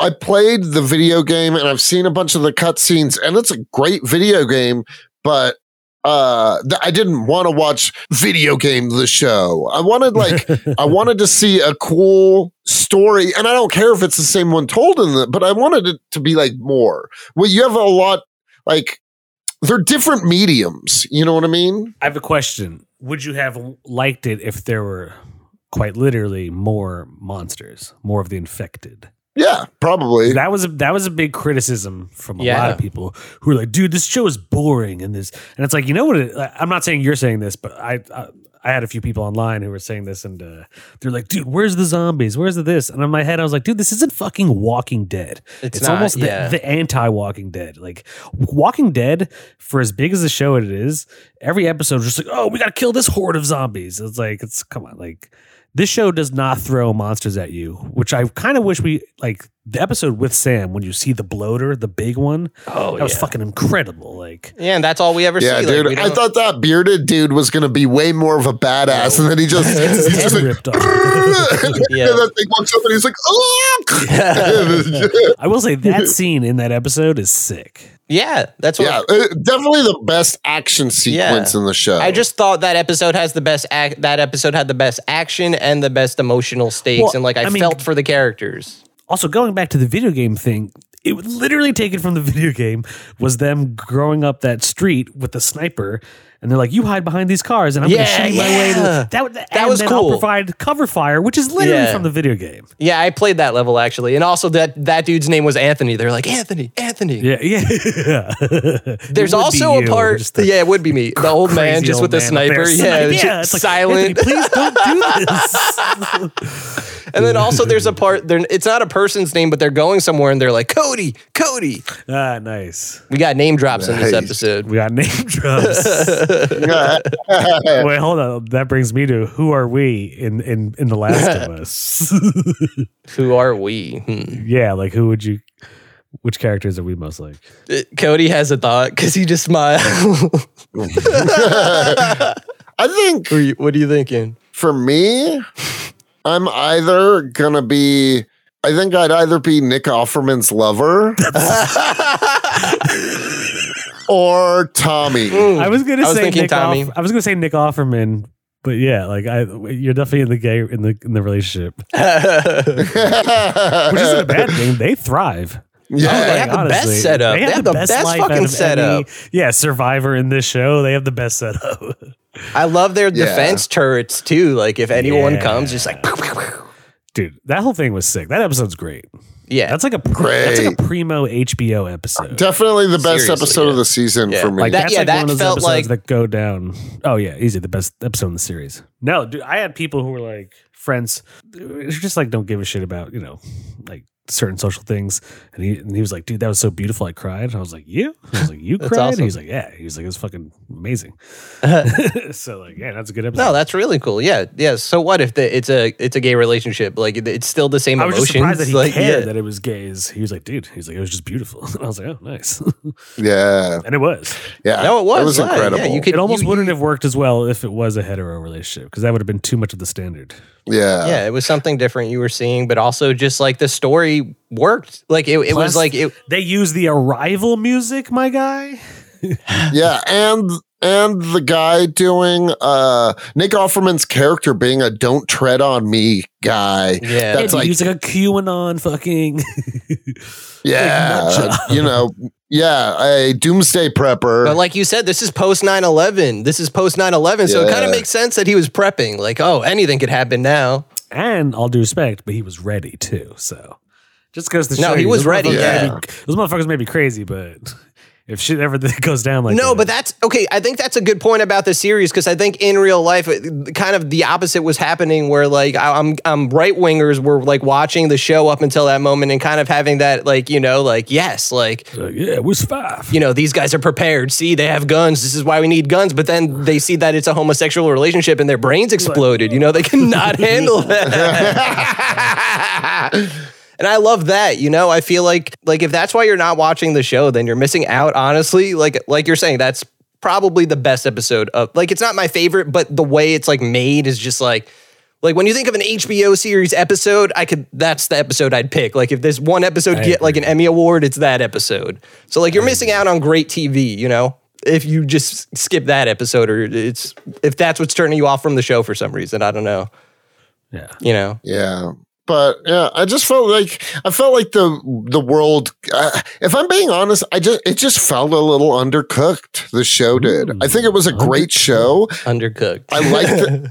[SPEAKER 3] I played the video game and I've seen a bunch of the cutscenes, and it's a great video game, but uh th- I didn't want to watch video game the show. I wanted like
[SPEAKER 2] [laughs]
[SPEAKER 3] I wanted to see a cool story, and I don't care if it's the same one told in the, but I wanted it to be like more. Well, you have a lot like they're different mediums. You know what I mean?
[SPEAKER 2] I have a question. Would you have liked it if there were quite literally more monsters, more of the infected?
[SPEAKER 3] Yeah, probably.
[SPEAKER 2] That was a, that was a big criticism from a lot
[SPEAKER 1] Yeah.
[SPEAKER 2] of people who were like, "Dude, this show is boring," and this, and it's like, you know what? It, I'm not saying you're saying this, but I, I I had a few people online who were saying this, and uh, they're like, "Dude, where's the zombies? Where's the this?" And in my head, I was like, "Dude, this isn't fucking Walking Dead. It's,
[SPEAKER 1] not-
[SPEAKER 2] almost the,
[SPEAKER 1] yeah.
[SPEAKER 2] the anti Walking Dead. Like Walking Dead, for as big as the show it is, every episode is just like, oh, we gotta kill this horde of zombies. It's like, it's come on, like this show does not throw monsters at you, which I kind of wish we like the episode with Sam when you see the bloater, the big one.
[SPEAKER 1] oh,
[SPEAKER 2] that
[SPEAKER 1] yeah.
[SPEAKER 2] was fucking incredible. Like
[SPEAKER 1] yeah, and that's all we ever
[SPEAKER 3] Yeah,
[SPEAKER 1] see.
[SPEAKER 3] dude.
[SPEAKER 1] Like, we
[SPEAKER 3] I
[SPEAKER 1] don't-
[SPEAKER 3] thought that bearded dude was gonna be way more of a badass, and then
[SPEAKER 1] [laughs]
[SPEAKER 3] he just
[SPEAKER 2] his
[SPEAKER 3] he's
[SPEAKER 2] head
[SPEAKER 3] just like, [laughs]
[SPEAKER 2] ripped off.
[SPEAKER 3] "Grr!"
[SPEAKER 1] Yeah.
[SPEAKER 3] and that thing walks up, and he's like, oh. [laughs] yeah,
[SPEAKER 2] I will say that scene in that episode is sick.
[SPEAKER 1] yeah, that's what
[SPEAKER 3] uh, definitely the best action sequence in the show.
[SPEAKER 1] I just thought that episode has the best act that episode had the best action and the best emotional stakes
[SPEAKER 2] Well,
[SPEAKER 1] and like I,
[SPEAKER 2] I mean-
[SPEAKER 1] felt for the characters.
[SPEAKER 2] also going back to the video game thing it was literally taken from the [laughs] video game was them growing up that street with the sniper and they're like you hide behind these cars and i'm gonna
[SPEAKER 1] Yeah,
[SPEAKER 2] shoot my way to
[SPEAKER 1] yeah.
[SPEAKER 2] that, that and
[SPEAKER 1] was
[SPEAKER 2] then I'll
[SPEAKER 1] cool.
[SPEAKER 2] provide cover fire which is literally
[SPEAKER 1] Yeah.
[SPEAKER 2] from the video game
[SPEAKER 1] Yeah, I played that level actually. And also that that dude's name was Anthony. They're like, "Anthony, Anthony."
[SPEAKER 2] yeah [laughs] yeah
[SPEAKER 1] There's also a part. yeah, it would be me, the old man, just with the sniper. Yeah, it's just [laughs] silent.
[SPEAKER 2] please don't do this [laughs]
[SPEAKER 1] and then also there's a part. There, it's not a person's name, but they're going somewhere and they're like, "Cody, Cody."
[SPEAKER 2] ah nice
[SPEAKER 1] We got name drops in this
[SPEAKER 3] Nice.
[SPEAKER 1] episode. [laughs]
[SPEAKER 2] we got name [laughs] drops Wait, hold on. That brings me to who are we in in in the Last of
[SPEAKER 1] [laughs]
[SPEAKER 2] Us?
[SPEAKER 1] Who are we? Hmm.
[SPEAKER 2] yeah, like who would you? Which characters are we most like?
[SPEAKER 1] Uh, Cody has a thought because he just smiled.
[SPEAKER 3] [laughs]
[SPEAKER 1] [laughs]
[SPEAKER 3] I think
[SPEAKER 1] Who are you- what are you thinking?
[SPEAKER 3] for me, I'm either gonna be. I think I'd either be Nick
[SPEAKER 1] [laughs]
[SPEAKER 3] Offerman's lover or Tommy.
[SPEAKER 1] Hmm. [laughs]
[SPEAKER 2] I was gonna
[SPEAKER 1] I was
[SPEAKER 2] say
[SPEAKER 1] thinking
[SPEAKER 2] Nick.
[SPEAKER 1] Tommy.
[SPEAKER 2] Off, I was gonna say Nick Offerman, but yeah, like I, you're definitely in the gay in the in the relationship, which isn't
[SPEAKER 1] [laughs]
[SPEAKER 2] a bad thing. They thrive.
[SPEAKER 1] Oh, they
[SPEAKER 3] [laughs] yeah,
[SPEAKER 1] have the best setup. They have the best
[SPEAKER 2] life
[SPEAKER 1] fucking
[SPEAKER 2] out of any-
[SPEAKER 1] setup.
[SPEAKER 2] yeah, Survivor in this show, they have the best setup. [laughs]
[SPEAKER 1] I love their
[SPEAKER 3] Yeah.
[SPEAKER 1] defense turrets too. Like if anyone
[SPEAKER 2] Yeah.
[SPEAKER 1] comes, just like pew, pew, pew.
[SPEAKER 2] Dude, that whole thing was sick. That episode's great.
[SPEAKER 1] yeah.
[SPEAKER 2] That's like a that's like
[SPEAKER 3] Great.
[SPEAKER 2] a primo HBO episode.
[SPEAKER 3] Definitely the best
[SPEAKER 1] Seriously,
[SPEAKER 3] episode
[SPEAKER 1] yeah.
[SPEAKER 3] of the season
[SPEAKER 1] Yeah.
[SPEAKER 3] for me.
[SPEAKER 2] Like
[SPEAKER 1] That-
[SPEAKER 2] that's
[SPEAKER 1] yeah,
[SPEAKER 2] like
[SPEAKER 1] that
[SPEAKER 2] one of those
[SPEAKER 1] felt like-
[SPEAKER 2] episodes that go down. Oh yeah, easy the best episode in the series. No, dude, I had people who were like friends, uh, who just like don't give a shit about you know like certain social things, and he and he was like, dude, that was so beautiful, I cried. And I was like, you? I was like, you
[SPEAKER 1] [laughs] That's
[SPEAKER 2] cried?
[SPEAKER 1] awesome.
[SPEAKER 2] He was like, yeah. He was like, it was fucking
[SPEAKER 1] [laughs]
[SPEAKER 2] amazing. [laughs] so like, yeah, that's a good episode.
[SPEAKER 1] no, that's really cool. Yeah, yeah. So what if the, it's a it's a gay relationship? Like it- it's still the same
[SPEAKER 2] I was
[SPEAKER 1] emotions.
[SPEAKER 2] just surprised that he
[SPEAKER 1] like,
[SPEAKER 2] cared
[SPEAKER 1] yeah.
[SPEAKER 2] that it was gays. He was like, dude, he's like, it was just beautiful. [laughs] And I was like, oh, nice.
[SPEAKER 3] yeah,
[SPEAKER 2] and it was.
[SPEAKER 3] yeah.
[SPEAKER 1] No, it was.
[SPEAKER 3] It was
[SPEAKER 1] yeah,
[SPEAKER 3] incredible.
[SPEAKER 1] Yeah, you
[SPEAKER 2] It,
[SPEAKER 1] could,
[SPEAKER 2] almost
[SPEAKER 1] you-
[SPEAKER 2] wouldn't have worked as well if it was a hetero relationship because that would have been too much of the standard.
[SPEAKER 3] yeah.
[SPEAKER 1] Yeah, it was something different you were seeing, but also just like the story worked. Like it, it
[SPEAKER 2] Plus-
[SPEAKER 1] was like it.
[SPEAKER 2] They use the arrival music, my guy.
[SPEAKER 3] Yeah, and and the guy doing uh Nick Offerman's character being a "Don't tread on me"
[SPEAKER 1] [laughs]
[SPEAKER 3] guy.
[SPEAKER 1] Yeah,
[SPEAKER 3] That's
[SPEAKER 2] they
[SPEAKER 3] like-
[SPEAKER 2] use like a QAnon fucking. [laughs]
[SPEAKER 3] Yeah,
[SPEAKER 2] Like, nut job.
[SPEAKER 3] you know, yeah, a doomsday prepper.
[SPEAKER 1] But like you said, this is post 9 11. This is post 9 11. So it kind
[SPEAKER 3] Yeah.
[SPEAKER 1] of makes sense that he was prepping. Like, oh, anything could happen now.
[SPEAKER 2] and all due respect, but he was ready too. So just goes to show
[SPEAKER 1] No, he
[SPEAKER 2] you,
[SPEAKER 1] was
[SPEAKER 2] those
[SPEAKER 1] ready,
[SPEAKER 2] motherfuckers
[SPEAKER 3] yeah.
[SPEAKER 2] may be- those motherfuckers may be crazy, but if shit ever [laughs] goes down like
[SPEAKER 1] no,
[SPEAKER 2] that,
[SPEAKER 1] but that's okay. I think that's a good point about the series because I think in real life, it, kind of the opposite was happening where like I, I'm, I'm right wingers were like watching the show up until that moment and kind of having that, like, you know, like, yes, like,
[SPEAKER 2] Like, yeah, it was five.
[SPEAKER 1] you know, these guys are prepared. See, they have guns. This is why we need guns. But then they see that it's a homosexual relationship and their brains exploded. You know, they cannot handle that. [laughs] and I love that. You know, I feel like like if that's why you're not watching the show, then you're missing out. Honestly, like like you're saying, that's probably the best episode of. Like, it's not my favorite, but the way it's like made is just like. Like when you think of an HBO series episode, I could that's the episode I'd pick. Like if there's one episode
[SPEAKER 2] I
[SPEAKER 1] get like an Emmy award, it's that episode. So like you're missing out on great TV, you know? If you just skip that episode or it's if that's what's turning you off from the show for some reason, I don't know,
[SPEAKER 2] Yeah.
[SPEAKER 1] you
[SPEAKER 2] [laughs]
[SPEAKER 1] know.
[SPEAKER 3] Yeah. But yeah, I just felt like I felt like the the world. Uh, if I'm being honest, I just it just felt a little undercooked. The show did. I think it was a great show.
[SPEAKER 1] Undercooked.
[SPEAKER 3] I liked
[SPEAKER 1] [laughs]
[SPEAKER 3] it.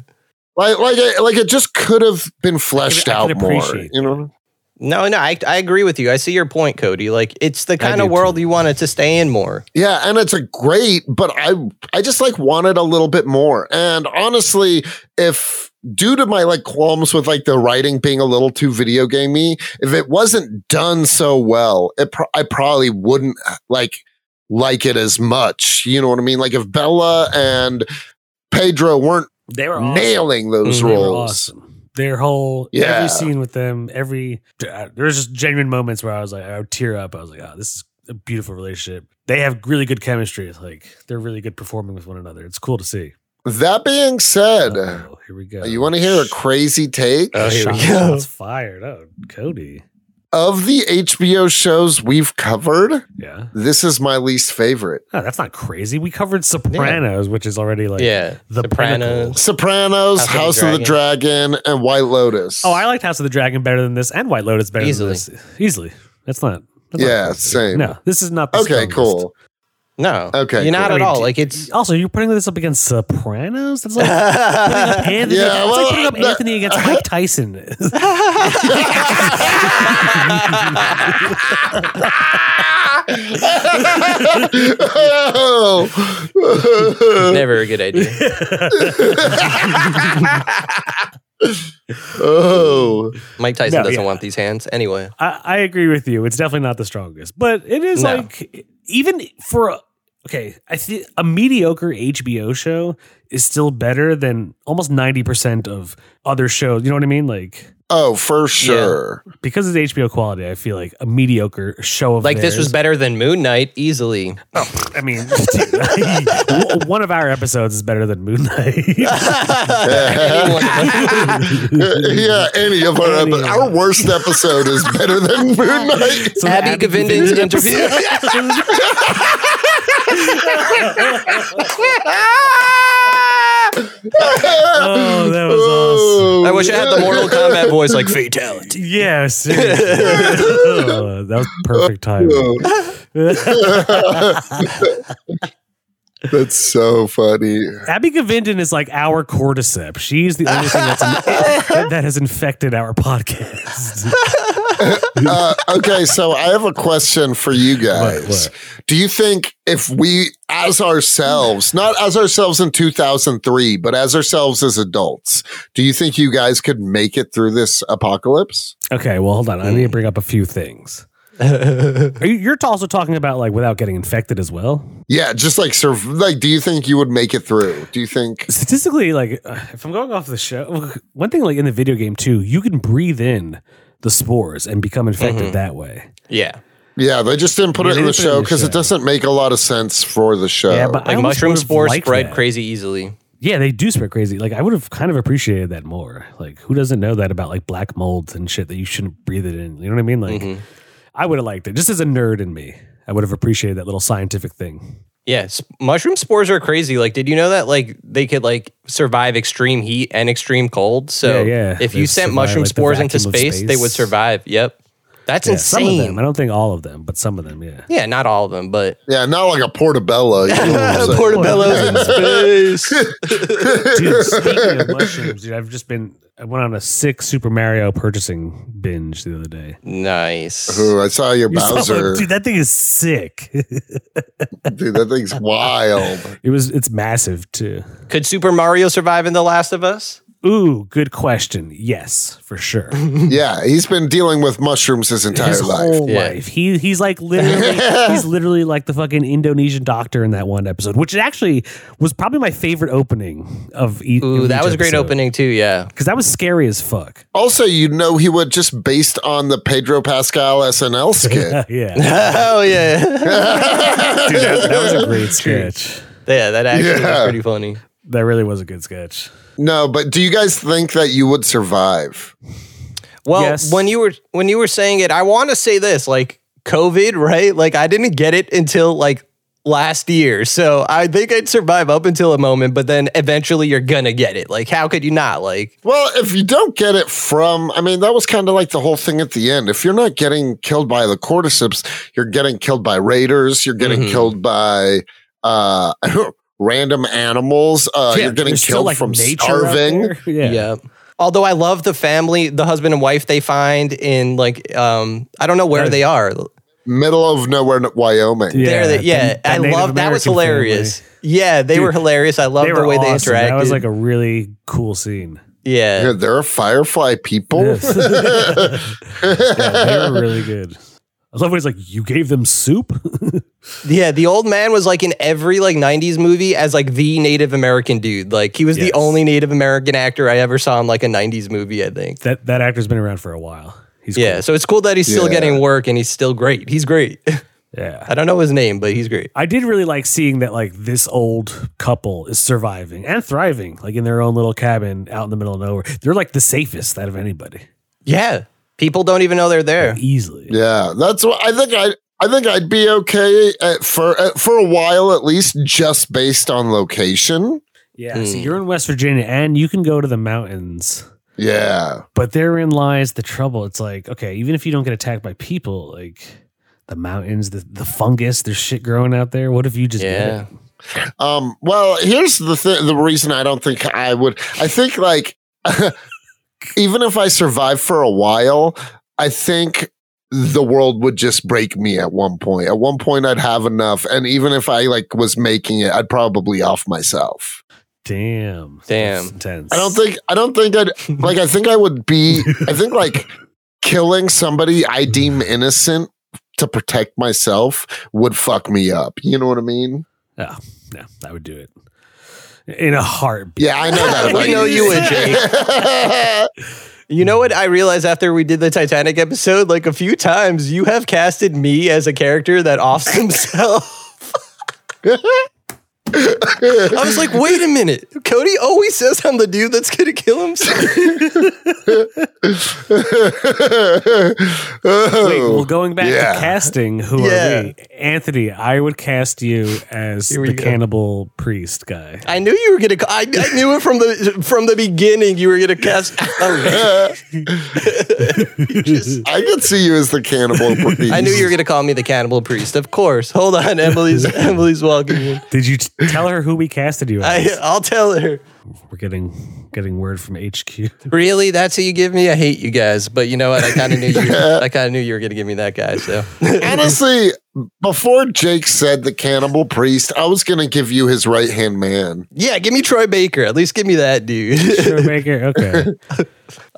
[SPEAKER 3] Like like it, like it just could have been fleshed
[SPEAKER 2] I can
[SPEAKER 3] out more.
[SPEAKER 2] appreciate
[SPEAKER 3] You know.
[SPEAKER 1] No, no, I, I agree with you. I see your point, Cody. Like it's the kind
[SPEAKER 2] do
[SPEAKER 1] of
[SPEAKER 2] too.
[SPEAKER 1] world you want it to stay in more.
[SPEAKER 3] Yeah, and it's a great, but I I just like wanted a little bit more. And honestly, if due to my like qualms with like the writing being a little too video gamey, if it wasn't done so well, it pro- I probably wouldn't like like it as much. You know what I mean? Like if Bella and Pedro weren't
[SPEAKER 2] They were awesome.
[SPEAKER 3] nailing those
[SPEAKER 1] Mhm.
[SPEAKER 2] They were
[SPEAKER 3] roles.
[SPEAKER 2] awesome. Their whole
[SPEAKER 3] Yeah.
[SPEAKER 2] every scene with them, every there's just genuine moments where I was like, I would tear up. I was like, oh, this is a beautiful relationship. They have really good chemistry. It's Like they're really good performing with one another. It's cool to see.
[SPEAKER 3] That being said, uh,
[SPEAKER 2] Uh-oh, here we go.
[SPEAKER 3] you want to hear a crazy take?
[SPEAKER 1] Oh, here we
[SPEAKER 2] Shots-
[SPEAKER 1] go.
[SPEAKER 2] shots fired. Oh, Cody.
[SPEAKER 3] of the HBO shows we've covered,
[SPEAKER 2] Yeah.
[SPEAKER 3] this is my least favorite.
[SPEAKER 2] No, that's not crazy. We covered Sopranos, which is
[SPEAKER 1] [laughs]
[SPEAKER 2] already like
[SPEAKER 1] yeah.
[SPEAKER 2] the pinnacle.
[SPEAKER 1] Sopranos.
[SPEAKER 3] Sopranos, House, of, the Dragon, and White Lotus.
[SPEAKER 2] Oh, I liked House of the Dragon better than this, and White Lotus better
[SPEAKER 1] Easily.
[SPEAKER 2] than this. Easily, that's not. That's not
[SPEAKER 3] yeah,
[SPEAKER 2] crazy.
[SPEAKER 3] same.
[SPEAKER 2] No, this is not. The
[SPEAKER 3] Okay,
[SPEAKER 2] strongest.
[SPEAKER 3] cool.
[SPEAKER 1] No.
[SPEAKER 3] Okay,
[SPEAKER 1] You're not
[SPEAKER 2] cool.
[SPEAKER 1] at all.
[SPEAKER 2] Wait,
[SPEAKER 1] Like it's
[SPEAKER 2] Also, you're putting this up against Sopranos.
[SPEAKER 1] [laughs]
[SPEAKER 2] That's like putting up Anthony.
[SPEAKER 3] Yeah,
[SPEAKER 2] that's
[SPEAKER 3] well,
[SPEAKER 2] like putting up
[SPEAKER 3] I'm not-
[SPEAKER 2] Anthony against Mike Tyson.
[SPEAKER 3] [laughs] oh.
[SPEAKER 1] [laughs] never a good idea.
[SPEAKER 3] oh. [laughs]
[SPEAKER 1] Mike Tyson
[SPEAKER 2] No,
[SPEAKER 1] doesn't
[SPEAKER 2] yeah.
[SPEAKER 1] want these hands anyway.
[SPEAKER 2] I, I agree with you. It's definitely not the strongest, but it is
[SPEAKER 1] No.
[SPEAKER 2] like even for a, okay, I think a mediocre HBO show is still better than almost ninety percent of other shows. You know what I mean? Like
[SPEAKER 3] Oh, for sure.
[SPEAKER 2] because it's HBO quality, I feel like a mediocre show of
[SPEAKER 1] Like this
[SPEAKER 2] theirs-
[SPEAKER 1] was better than Moon Knight
[SPEAKER 2] [laughs]
[SPEAKER 1] easily.
[SPEAKER 2] I mean, dude, [laughs] one of our episodes is better than Moon Knight. [laughs]
[SPEAKER 3] yeah, any of our
[SPEAKER 2] Any
[SPEAKER 3] epi-
[SPEAKER 2] of
[SPEAKER 3] our
[SPEAKER 2] it.
[SPEAKER 3] worst episode is better than Moon Knight.
[SPEAKER 2] So
[SPEAKER 1] Abby
[SPEAKER 2] the
[SPEAKER 1] Govinden's
[SPEAKER 2] Govindan
[SPEAKER 1] interview.
[SPEAKER 2] [laughs] episode- [laughs] oh, that was awesome.
[SPEAKER 3] Oh,
[SPEAKER 1] I wish I had the Mortal Kombat voice like fatality. [laughs]
[SPEAKER 2] Yeah, seriously. [laughs] Oh, that was perfect timing.
[SPEAKER 3] That's so funny.
[SPEAKER 2] Abby Gavindin is like our cordyceps. She's the only thing that's that has infected our podcast.
[SPEAKER 3] Uh, okay, so I have a question for you guys.
[SPEAKER 2] what?
[SPEAKER 3] Do you think if we, as ourselves, not as ourselves in 2003, but as ourselves as adults, do you think you guys could make it through this apocalypse?
[SPEAKER 2] okay, well, hold on. I need to bring up a few things. Are you, you're also talking about like without getting infected as well.
[SPEAKER 3] Yeah, just like surv Like, do you think you would make it through? Do you think?
[SPEAKER 2] Statistically, like [sighs] uh, if I'm going off the show, [laughs] one thing like in the video game too, you can breathe in the spores and become infected that way.
[SPEAKER 1] yeah.
[SPEAKER 3] Yeah, they just didn't put
[SPEAKER 2] Yeah,
[SPEAKER 3] it
[SPEAKER 2] they
[SPEAKER 3] in the
[SPEAKER 2] didn't put it in
[SPEAKER 3] show
[SPEAKER 2] the
[SPEAKER 3] because
[SPEAKER 2] show.
[SPEAKER 3] it doesn't make a lot of sense for the show.
[SPEAKER 2] Yeah, but I
[SPEAKER 1] Like
[SPEAKER 2] almost
[SPEAKER 1] mushroom
[SPEAKER 2] would've
[SPEAKER 1] spores
[SPEAKER 2] liked
[SPEAKER 1] spread
[SPEAKER 2] that.
[SPEAKER 1] crazy easily.
[SPEAKER 2] Yeah, they do spread crazy. Like I would have kind of appreciated that more. Like who doesn't know that about like black molds and shit that you shouldn't breathe it in. You know what I mean? Like I would have liked it. Just as a nerd in me, I would have appreciated that little scientific thing.
[SPEAKER 1] Yeah, s- mushroom spores are crazy. Like, did you know that? Like, they could like survive extreme heat and extreme cold. So,
[SPEAKER 2] Yeah, yeah.
[SPEAKER 1] if
[SPEAKER 2] They
[SPEAKER 1] you sent
[SPEAKER 2] survive,
[SPEAKER 1] mushroom
[SPEAKER 2] like, the
[SPEAKER 1] spores into
[SPEAKER 2] vacuum of
[SPEAKER 1] space, they would
[SPEAKER 2] space.
[SPEAKER 1] survive. Yep, that's
[SPEAKER 2] Yeah, some of them.
[SPEAKER 1] insane.
[SPEAKER 2] I don't think all of them, but some of them, yeah.
[SPEAKER 1] Yeah, not all of them, but
[SPEAKER 3] Yeah, not like a portobello. You know
[SPEAKER 2] [laughs]
[SPEAKER 3] what I'm
[SPEAKER 1] [laughs]
[SPEAKER 3] saying?
[SPEAKER 1] portobellos in
[SPEAKER 3] [laughs]
[SPEAKER 1] space.
[SPEAKER 2] Dude, speaking of mushrooms, dude, I've just been I went on a sick Super Mario purchasing binge the other day.
[SPEAKER 1] nice.
[SPEAKER 3] Ooh, I saw your
[SPEAKER 2] You saw it?
[SPEAKER 3] Bowser.
[SPEAKER 2] dude, that thing is sick. [laughs]
[SPEAKER 3] Dude, that thing's wild.
[SPEAKER 2] it was it's massive too.
[SPEAKER 1] Could Super Mario survive in The Last of Us?
[SPEAKER 2] Ooh, good question. Yes, for sure.
[SPEAKER 3] Yeah, he's been dealing with mushrooms his entire
[SPEAKER 2] his
[SPEAKER 3] life.
[SPEAKER 2] whole
[SPEAKER 1] Yeah.
[SPEAKER 2] life. He he's like literally
[SPEAKER 3] [laughs]
[SPEAKER 2] he's literally like the fucking Indonesian doctor in that one episode, which actually was probably my favorite opening of. E-
[SPEAKER 1] Ooh, that was a great opening too. [laughs] Yeah,
[SPEAKER 2] because that was scary as
[SPEAKER 3] [laughs]
[SPEAKER 2] fuck.
[SPEAKER 3] also, you know, he would just based on the Pedro Pascal
[SPEAKER 2] [laughs]
[SPEAKER 3] SNL skit.
[SPEAKER 2] yeah,
[SPEAKER 1] oh yeah,
[SPEAKER 2] dude, that, that was
[SPEAKER 3] [laughs]
[SPEAKER 2] a great sketch.
[SPEAKER 1] [laughs] yeah. That actually was
[SPEAKER 3] Yeah.
[SPEAKER 1] pretty funny.
[SPEAKER 2] That really was a good sketch.
[SPEAKER 3] no, but do you guys think that you would survive?
[SPEAKER 1] Well,
[SPEAKER 2] Yes.
[SPEAKER 1] when you were when you were saying it, I want to say this, like COVID, right? Like I didn't get it until like last year. So I think I'd survive up until a moment, but then eventually you're gonna get it. Like how could you not? Like
[SPEAKER 3] Well, if you don't get it from, I mean, that was kind of like the whole thing at the end. If you're not getting killed by the cordyceps, you're getting killed by raiders, you're getting
[SPEAKER 2] Mm-hmm.
[SPEAKER 1] Mhm.
[SPEAKER 3] killed by uh, [laughs] random animals, uh,
[SPEAKER 2] Yeah,
[SPEAKER 3] you're getting
[SPEAKER 2] there's still,
[SPEAKER 3] killed
[SPEAKER 2] like,
[SPEAKER 3] from
[SPEAKER 2] nature out
[SPEAKER 3] starving.
[SPEAKER 2] there. [laughs] Yeah.
[SPEAKER 1] Although I love the family, the husband and wife they find in like um I don't know where
[SPEAKER 2] Right.
[SPEAKER 1] they are.
[SPEAKER 3] Middle of nowhere, Wyoming.
[SPEAKER 2] Yeah,
[SPEAKER 1] There they, yeah,
[SPEAKER 2] that- that
[SPEAKER 1] I
[SPEAKER 2] Native
[SPEAKER 1] love that was
[SPEAKER 2] American family.
[SPEAKER 1] hilarious. Yeah, they
[SPEAKER 2] Dude,
[SPEAKER 1] were hilarious. I love
[SPEAKER 2] they
[SPEAKER 1] the
[SPEAKER 2] were
[SPEAKER 1] way
[SPEAKER 2] awesome.
[SPEAKER 1] they interacted.
[SPEAKER 2] That was like a really cool
[SPEAKER 3] [laughs]
[SPEAKER 2] scene.
[SPEAKER 1] yeah.
[SPEAKER 3] Yeah, there are firefly people.
[SPEAKER 2] Yes. [laughs] yeah, they were really good. I love when he's like, "You gave them soup." [laughs]
[SPEAKER 1] Yeah, the old man was like in every like '90s movie as like the Native American dude. Like he was
[SPEAKER 2] Yes.
[SPEAKER 1] the only Native American actor I ever saw in like a '90s movie. I think.
[SPEAKER 2] that that actor's been around for a while. He's
[SPEAKER 1] Yeah, so it's cool that he's still
[SPEAKER 3] Yeah.
[SPEAKER 1] getting work and he's still great. He's great. [laughs]
[SPEAKER 2] cool. yeah.
[SPEAKER 1] I don't know his name, but he's great.
[SPEAKER 2] I did really like seeing that like this old couple is surviving and thriving, like in their own little cabin out in the middle of nowhere. They're like the safest out of anybody,
[SPEAKER 1] Yeah, people don't even know they're there.
[SPEAKER 2] easily.
[SPEAKER 3] [laughs] Yeah, that's what I think. I I think I'd be okay at, for at, for a while at least, just based on location.
[SPEAKER 2] Yeah.
[SPEAKER 1] Hmm.
[SPEAKER 2] So you're in West Virginia and you can go to the mountains,
[SPEAKER 3] Yeah,
[SPEAKER 2] but therein lies the trouble. It's like, okay, even if you don't get attacked by people, like the mountains, the, the fungus, there's shit growing out there. What if you just get
[SPEAKER 1] Yeah.
[SPEAKER 2] it?
[SPEAKER 3] Um, well, here's the th- the reason I don't think I would. I think like [laughs] even if I survived for a while, I think the world would just break me at one point. At one point, I'd have enough, and even if I like was making it, I'd probably off myself.
[SPEAKER 2] Damn.
[SPEAKER 1] Damn.
[SPEAKER 2] That's intense.
[SPEAKER 3] I don't think I don't think I'd like. I think I would be. I think like killing somebody I deem innocent to protect myself would fuck me up. You know what I mean?
[SPEAKER 2] Oh, no, I would do it in a heartbeat.
[SPEAKER 3] Yeah, I know
[SPEAKER 1] [laughs]
[SPEAKER 3] that.
[SPEAKER 1] We know you would, Jake. You know what I realized after we did the Titanic episode? Like a few times, you have casted me as a character that offs himself. I was like, wait a minute. Cody always says I'm the dude that's going to kill himself.
[SPEAKER 2] Wait,
[SPEAKER 3] Oh.
[SPEAKER 2] well, going back to
[SPEAKER 3] yeah.
[SPEAKER 2] casting, who
[SPEAKER 1] Yeah.
[SPEAKER 2] are we? Anthony, I would cast you as
[SPEAKER 1] Here we
[SPEAKER 2] the
[SPEAKER 1] go.
[SPEAKER 2] cannibal priest guy.
[SPEAKER 1] I knew you were going to. I, I knew it from the from the beginning. You were going to cast.
[SPEAKER 3] [laughs] I could see you as the cannibal. priest.
[SPEAKER 1] I knew you were going to call me the cannibal priest. Of course. Hold on, [laughs] Emily's Emily's walking in. [laughs]
[SPEAKER 2] Did you Tell her who we casted you
[SPEAKER 1] I, uh,
[SPEAKER 2] as.
[SPEAKER 1] I'll tell her.
[SPEAKER 2] We're getting getting word from [laughs] HQ.
[SPEAKER 1] Really, that's who you give me. I hate you guys, but you know what? I kind of knew you. [laughs] I kind of knew you were going to give me that guy. So
[SPEAKER 3] Honestly, before Jake said the cannibal priest, I was going to give you his right hand man.
[SPEAKER 1] [laughs] yeah, give me Troy Baker. At least give me that dude. [laughs]
[SPEAKER 2] Sure, Baker. Okay.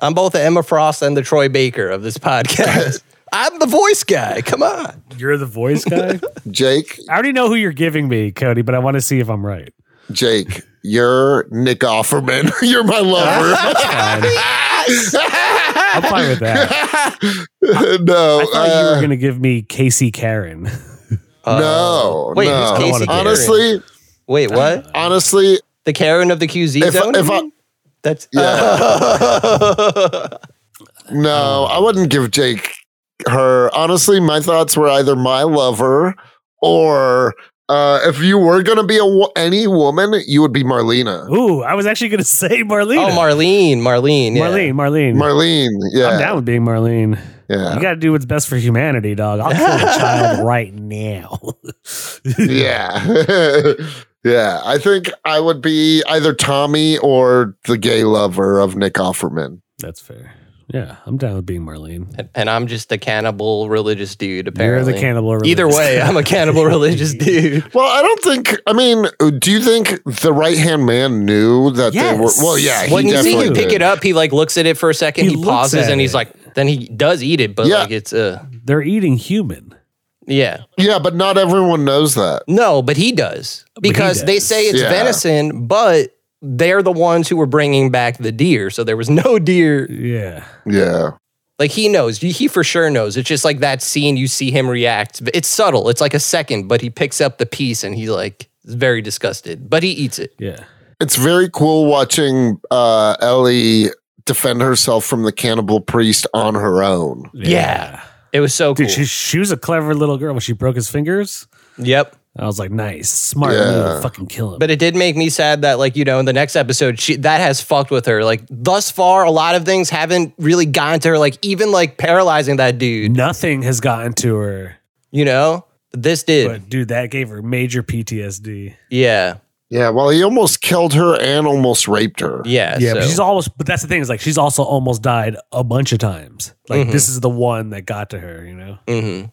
[SPEAKER 1] I'm both the Emma Frost and the Troy Baker of this [laughs] podcast. I'm the voice guy. Come on.
[SPEAKER 2] [laughs] You're the voice guy?
[SPEAKER 3] Jake,
[SPEAKER 2] [laughs] I already know who you're giving me, Cody, but I want to see if I'm right.
[SPEAKER 3] Jake, you're Nick Offerman. [laughs] You're
[SPEAKER 2] [laughs]
[SPEAKER 3] my lover.
[SPEAKER 2] I'm fine
[SPEAKER 1] [laughs]
[SPEAKER 2] with that.
[SPEAKER 3] [laughs] no.
[SPEAKER 2] I thought you were
[SPEAKER 1] Uh,
[SPEAKER 2] going to give me Casey Karen.
[SPEAKER 3] uh, no.
[SPEAKER 1] Wait,
[SPEAKER 3] no.
[SPEAKER 1] who's Casey
[SPEAKER 2] I don't wanna-
[SPEAKER 3] honestly,
[SPEAKER 1] Wait, what?
[SPEAKER 3] honestly,
[SPEAKER 1] the Karen of the QZ
[SPEAKER 3] If I-
[SPEAKER 1] zone? I
[SPEAKER 3] if I-
[SPEAKER 1] mean? That's [laughs] Oh,
[SPEAKER 3] no,
[SPEAKER 2] Oh.
[SPEAKER 3] I wouldn't give Jake her. Honestly, my thoughts were either my lover or uh, if you were going to be a wo- any woman, you would be Marlena.
[SPEAKER 2] Ooh, I was actually going to [laughs] say Marlene.
[SPEAKER 1] oh Marlene, Marlene, yeah.
[SPEAKER 2] Marlene, Marlene.
[SPEAKER 3] Marlene. Yeah.
[SPEAKER 2] I'm down with being Marlene. You
[SPEAKER 3] Yeah.
[SPEAKER 2] got to do what's best for humanity, dog. I'll kill a
[SPEAKER 1] [laughs]
[SPEAKER 2] child right now. [laughs]
[SPEAKER 3] Yeah. [laughs] yeah. I think I would be either Tommy or the gay lover of Nick Offerman.
[SPEAKER 2] That's fair. Yeah, I'm down with being Marlene.
[SPEAKER 1] And I'm just a cannibal religious dude. Apparently,
[SPEAKER 2] You're the cannibal.
[SPEAKER 1] Either
[SPEAKER 2] religious. [laughs]
[SPEAKER 1] way, I'm a cannibal religious dude.
[SPEAKER 3] Well, I don't think. I mean, do you think the right hand man knew that they were?
[SPEAKER 2] Yes.
[SPEAKER 3] Well, yeah,
[SPEAKER 1] When you see him
[SPEAKER 2] definitely
[SPEAKER 1] pick
[SPEAKER 3] did.
[SPEAKER 1] it up, he like looks at it for a second,
[SPEAKER 2] He
[SPEAKER 1] he,
[SPEAKER 2] looks
[SPEAKER 1] pauses,
[SPEAKER 2] at
[SPEAKER 1] and he's
[SPEAKER 2] it.
[SPEAKER 1] like, then he does eat it, but
[SPEAKER 3] Yeah.
[SPEAKER 1] like it's uh,
[SPEAKER 2] They're eating human.
[SPEAKER 1] yeah,
[SPEAKER 3] Yeah, but not everyone knows that.
[SPEAKER 1] no, but he does
[SPEAKER 2] he
[SPEAKER 1] because they
[SPEAKER 2] does.
[SPEAKER 1] say it's
[SPEAKER 3] Yeah.
[SPEAKER 1] venison, but they're the ones who were bringing back the deer, so there was no [laughs] deer.
[SPEAKER 2] Yeah.
[SPEAKER 3] Yeah,
[SPEAKER 1] Like he knows, he for sure knows. It's just like that scene you see him react. It's subtle. It's like a second, but he picks up the piece and he like is very disgusted, but he eats it.
[SPEAKER 2] Yeah.
[SPEAKER 3] it's very cool watching uh, Ellie defend herself from the cannibal priest on her own.
[SPEAKER 1] Yeah. It was so cool.
[SPEAKER 2] Dude, she, she was a clever little girl when she broke his fingers.
[SPEAKER 1] yep.
[SPEAKER 2] I was like, nice, smart
[SPEAKER 3] Yeah.
[SPEAKER 2] move, fucking kill him.
[SPEAKER 1] But it did make me sad that, like, you know, in the next episode, she that has fucked with her. Like, thus far, a lot of things haven't really gotten to her. Like, even like paralyzing that dude,
[SPEAKER 2] Nothing has gotten to her.
[SPEAKER 1] you know, this did.
[SPEAKER 2] But dude, that gave her major PTSD.
[SPEAKER 1] yeah,
[SPEAKER 3] Yeah, well, he almost killed her and almost raped her.
[SPEAKER 1] yeah,
[SPEAKER 2] Yeah,
[SPEAKER 1] so-
[SPEAKER 2] but she's almost. But that's the thing is like she's also almost died a bunch of times. Like
[SPEAKER 1] Mhm.
[SPEAKER 2] this is the one that got to her. You know.
[SPEAKER 1] Mhm.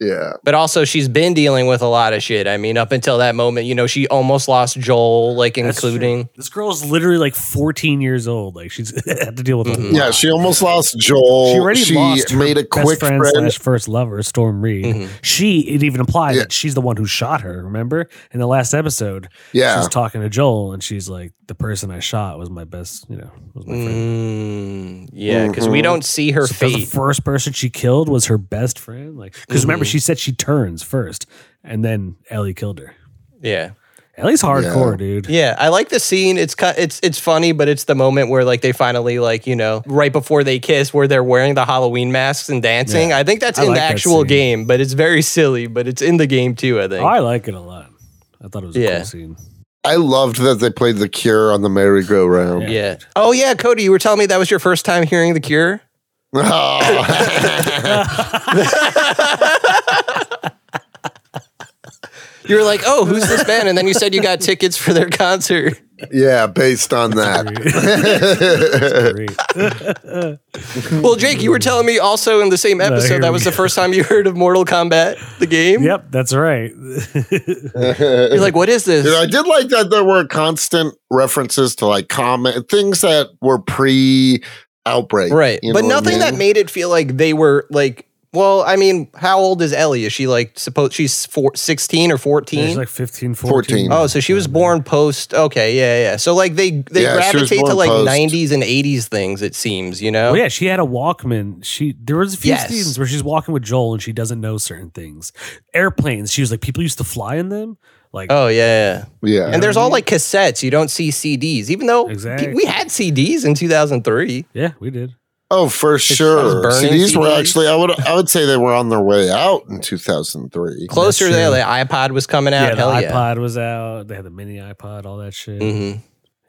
[SPEAKER 3] Yeah,
[SPEAKER 1] But also, she's been dealing with a lot of shit. I mean, up until that moment, you know, she almost lost Joel, like,
[SPEAKER 2] That's true.
[SPEAKER 1] including.
[SPEAKER 2] this girl is literally like 14 years old. Like she's [laughs] had to deal with. A
[SPEAKER 1] Mhm.
[SPEAKER 2] lot.
[SPEAKER 3] yeah. She almost lost Joel.
[SPEAKER 2] She already lost her
[SPEAKER 3] made a
[SPEAKER 2] best
[SPEAKER 3] quick
[SPEAKER 2] friend,
[SPEAKER 3] friend.
[SPEAKER 2] slash first lover, Storm Reed.
[SPEAKER 1] Mhm.
[SPEAKER 2] She it even implies
[SPEAKER 3] Yeah.
[SPEAKER 2] that she's the one who shot her. Remember in the last episode,
[SPEAKER 3] Yeah,
[SPEAKER 2] she's talking to Joel and she's like, "The person I shot was my best. You know, was my
[SPEAKER 1] Mm,
[SPEAKER 2] friend."
[SPEAKER 1] yeah, because we
[SPEAKER 3] Mhm.
[SPEAKER 1] don't see her
[SPEAKER 2] So The
[SPEAKER 1] fate.
[SPEAKER 2] first person she killed was her best friend. Like, because remember,
[SPEAKER 1] Mhm.
[SPEAKER 2] she said she turns first, and then Ellie killed her.
[SPEAKER 1] Yeah,
[SPEAKER 2] Ellie's hardcore, dude.
[SPEAKER 1] yeah. I like the scene. It's cut. It's it's funny, but it's the moment where like they finally like you know right before they kiss, where they're wearing the Halloween masks and dancing. I think that's
[SPEAKER 2] I
[SPEAKER 1] in
[SPEAKER 2] like
[SPEAKER 1] the
[SPEAKER 2] that
[SPEAKER 1] actual
[SPEAKER 2] scene.
[SPEAKER 1] game, but it's very silly. But it's in the game too. I think.
[SPEAKER 2] Oh, I like it a lot. I thought it was a
[SPEAKER 1] Yeah.
[SPEAKER 2] cool scene.
[SPEAKER 3] I loved that they played the Cure on the merry-go-round.
[SPEAKER 1] yeah. Oh yeah, Cody, you were telling me that was your first time hearing The Cure.
[SPEAKER 3] Oh.
[SPEAKER 1] You were like, "Oh, who's this band?" And then you said you got tickets for their concert.
[SPEAKER 3] [laughs] yeah, based on [laughs]
[SPEAKER 2] [laughs]
[SPEAKER 3] that.
[SPEAKER 2] Great.
[SPEAKER 1] Well, Jake,
[SPEAKER 2] [laughs]
[SPEAKER 1] you were telling me also in the same episode
[SPEAKER 2] here
[SPEAKER 1] that
[SPEAKER 2] we
[SPEAKER 1] was the
[SPEAKER 2] go.
[SPEAKER 1] first time you heard of Mortal Kombat, the game.
[SPEAKER 2] yep, that's right.
[SPEAKER 1] [laughs]
[SPEAKER 2] [laughs]
[SPEAKER 1] You're like, "What is this?"
[SPEAKER 3] Dude, I did like that there were constant references to like comment things that were pre outbreak.
[SPEAKER 1] right
[SPEAKER 3] you
[SPEAKER 1] but
[SPEAKER 3] know what I
[SPEAKER 1] nothing that
[SPEAKER 3] mean?
[SPEAKER 1] made it feel like they were like well i mean how old is ellie is she like suppose she's four, 16 or
[SPEAKER 2] She's
[SPEAKER 1] 14
[SPEAKER 2] like 15, 14.
[SPEAKER 3] 14.
[SPEAKER 1] oh so she was born post okay yeah yeah so like they they
[SPEAKER 3] Yeah, she was
[SPEAKER 1] gravitate to
[SPEAKER 3] born
[SPEAKER 1] like
[SPEAKER 3] post.
[SPEAKER 1] 90s and 80s things it seems you know
[SPEAKER 2] Oh yeah, she had a Walkman. She there was a few
[SPEAKER 1] Yes.
[SPEAKER 2] scenes where she's walking with Joel and she doesn't know certain things. Airplanes. She was like, people used to fly in them. Like,
[SPEAKER 1] Oh yeah, yeah.
[SPEAKER 3] Yeah.
[SPEAKER 1] and there's all like cassettes. You don't see CDs, even though
[SPEAKER 2] Exactly.
[SPEAKER 1] we had CDs in 2003.
[SPEAKER 2] yeah, we did.
[SPEAKER 3] oh, for sure.
[SPEAKER 1] burning
[SPEAKER 3] CDs were
[SPEAKER 1] CDs.
[SPEAKER 3] actually I would I would say they were on their way out in 2003.
[SPEAKER 1] Closer there,
[SPEAKER 2] true.
[SPEAKER 1] the iPod was coming out.
[SPEAKER 2] yeah, the
[SPEAKER 1] Hell
[SPEAKER 2] iPod
[SPEAKER 1] yeah.
[SPEAKER 2] was out. They had the mini iPod, all that shit.
[SPEAKER 1] hmm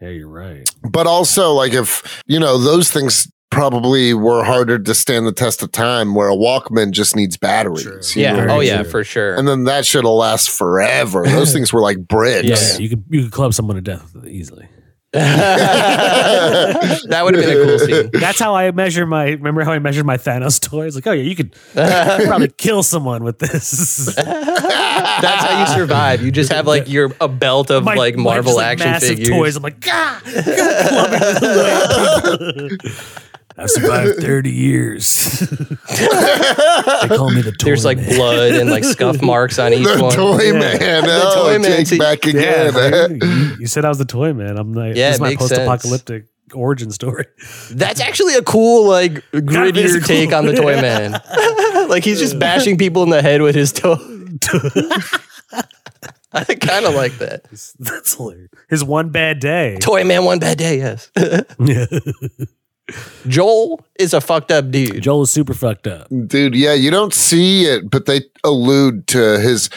[SPEAKER 2] Yeah, you're right.
[SPEAKER 3] But also like if, you know, those things probably were harder to stand the test of time where a Walkman just needs batteries. you
[SPEAKER 1] Yeah.
[SPEAKER 3] know?
[SPEAKER 2] Very
[SPEAKER 1] oh yeah,
[SPEAKER 2] true.
[SPEAKER 1] for sure.
[SPEAKER 3] And then that shit'll last forever.
[SPEAKER 2] [laughs]
[SPEAKER 3] Those things were like
[SPEAKER 2] Yeah,
[SPEAKER 3] bricks.
[SPEAKER 2] you could you could club someone to death with it easily.
[SPEAKER 1] [laughs] that would have been a cool scene.
[SPEAKER 2] That's how I measure my. Remember how I measured my Thanos [laughs] toys? Like, oh yeah, you could probably kill someone
[SPEAKER 1] [laughs]
[SPEAKER 2] with this.
[SPEAKER 1] That's
[SPEAKER 2] [laughs]
[SPEAKER 1] how you survive. You just have like your a belt of
[SPEAKER 2] My-
[SPEAKER 1] like
[SPEAKER 2] my
[SPEAKER 1] Marvel
[SPEAKER 2] just, like,
[SPEAKER 1] action
[SPEAKER 2] massive
[SPEAKER 1] figures.
[SPEAKER 2] toys. I'm like, gah! [laughs] I survived 30 [laughs] years. they call me the toy.
[SPEAKER 1] There's like
[SPEAKER 2] man.
[SPEAKER 1] blood and like
[SPEAKER 2] [laughs]
[SPEAKER 1] scuff marks on each
[SPEAKER 3] [laughs] The
[SPEAKER 1] one.
[SPEAKER 3] toy
[SPEAKER 2] Yeah. [laughs]
[SPEAKER 3] man.
[SPEAKER 1] The
[SPEAKER 3] oh,
[SPEAKER 1] toy man.
[SPEAKER 3] take
[SPEAKER 1] See-
[SPEAKER 3] back
[SPEAKER 2] Yeah,
[SPEAKER 3] again.
[SPEAKER 2] dude, you, you said I was the toy man. I'm like,
[SPEAKER 1] Yeah,
[SPEAKER 2] this is
[SPEAKER 1] it
[SPEAKER 2] my
[SPEAKER 1] makes sense.
[SPEAKER 2] post-apocalyptic origin story.
[SPEAKER 1] That's actually a cool like grittier
[SPEAKER 2] cool.
[SPEAKER 1] take on the toy
[SPEAKER 2] [laughs]
[SPEAKER 1] man. like he's just bashing people in the head with his toe. [laughs] I kind of like that.
[SPEAKER 2] That's [laughs] hilarious. His one bad day. [laughs]
[SPEAKER 1] Toy man, one bad day. Yes. [laughs] Joel is a fucked up dude.
[SPEAKER 2] Joel is super fucked up.
[SPEAKER 3] [laughs] Dude, yeah, you don't see it, but they allude to his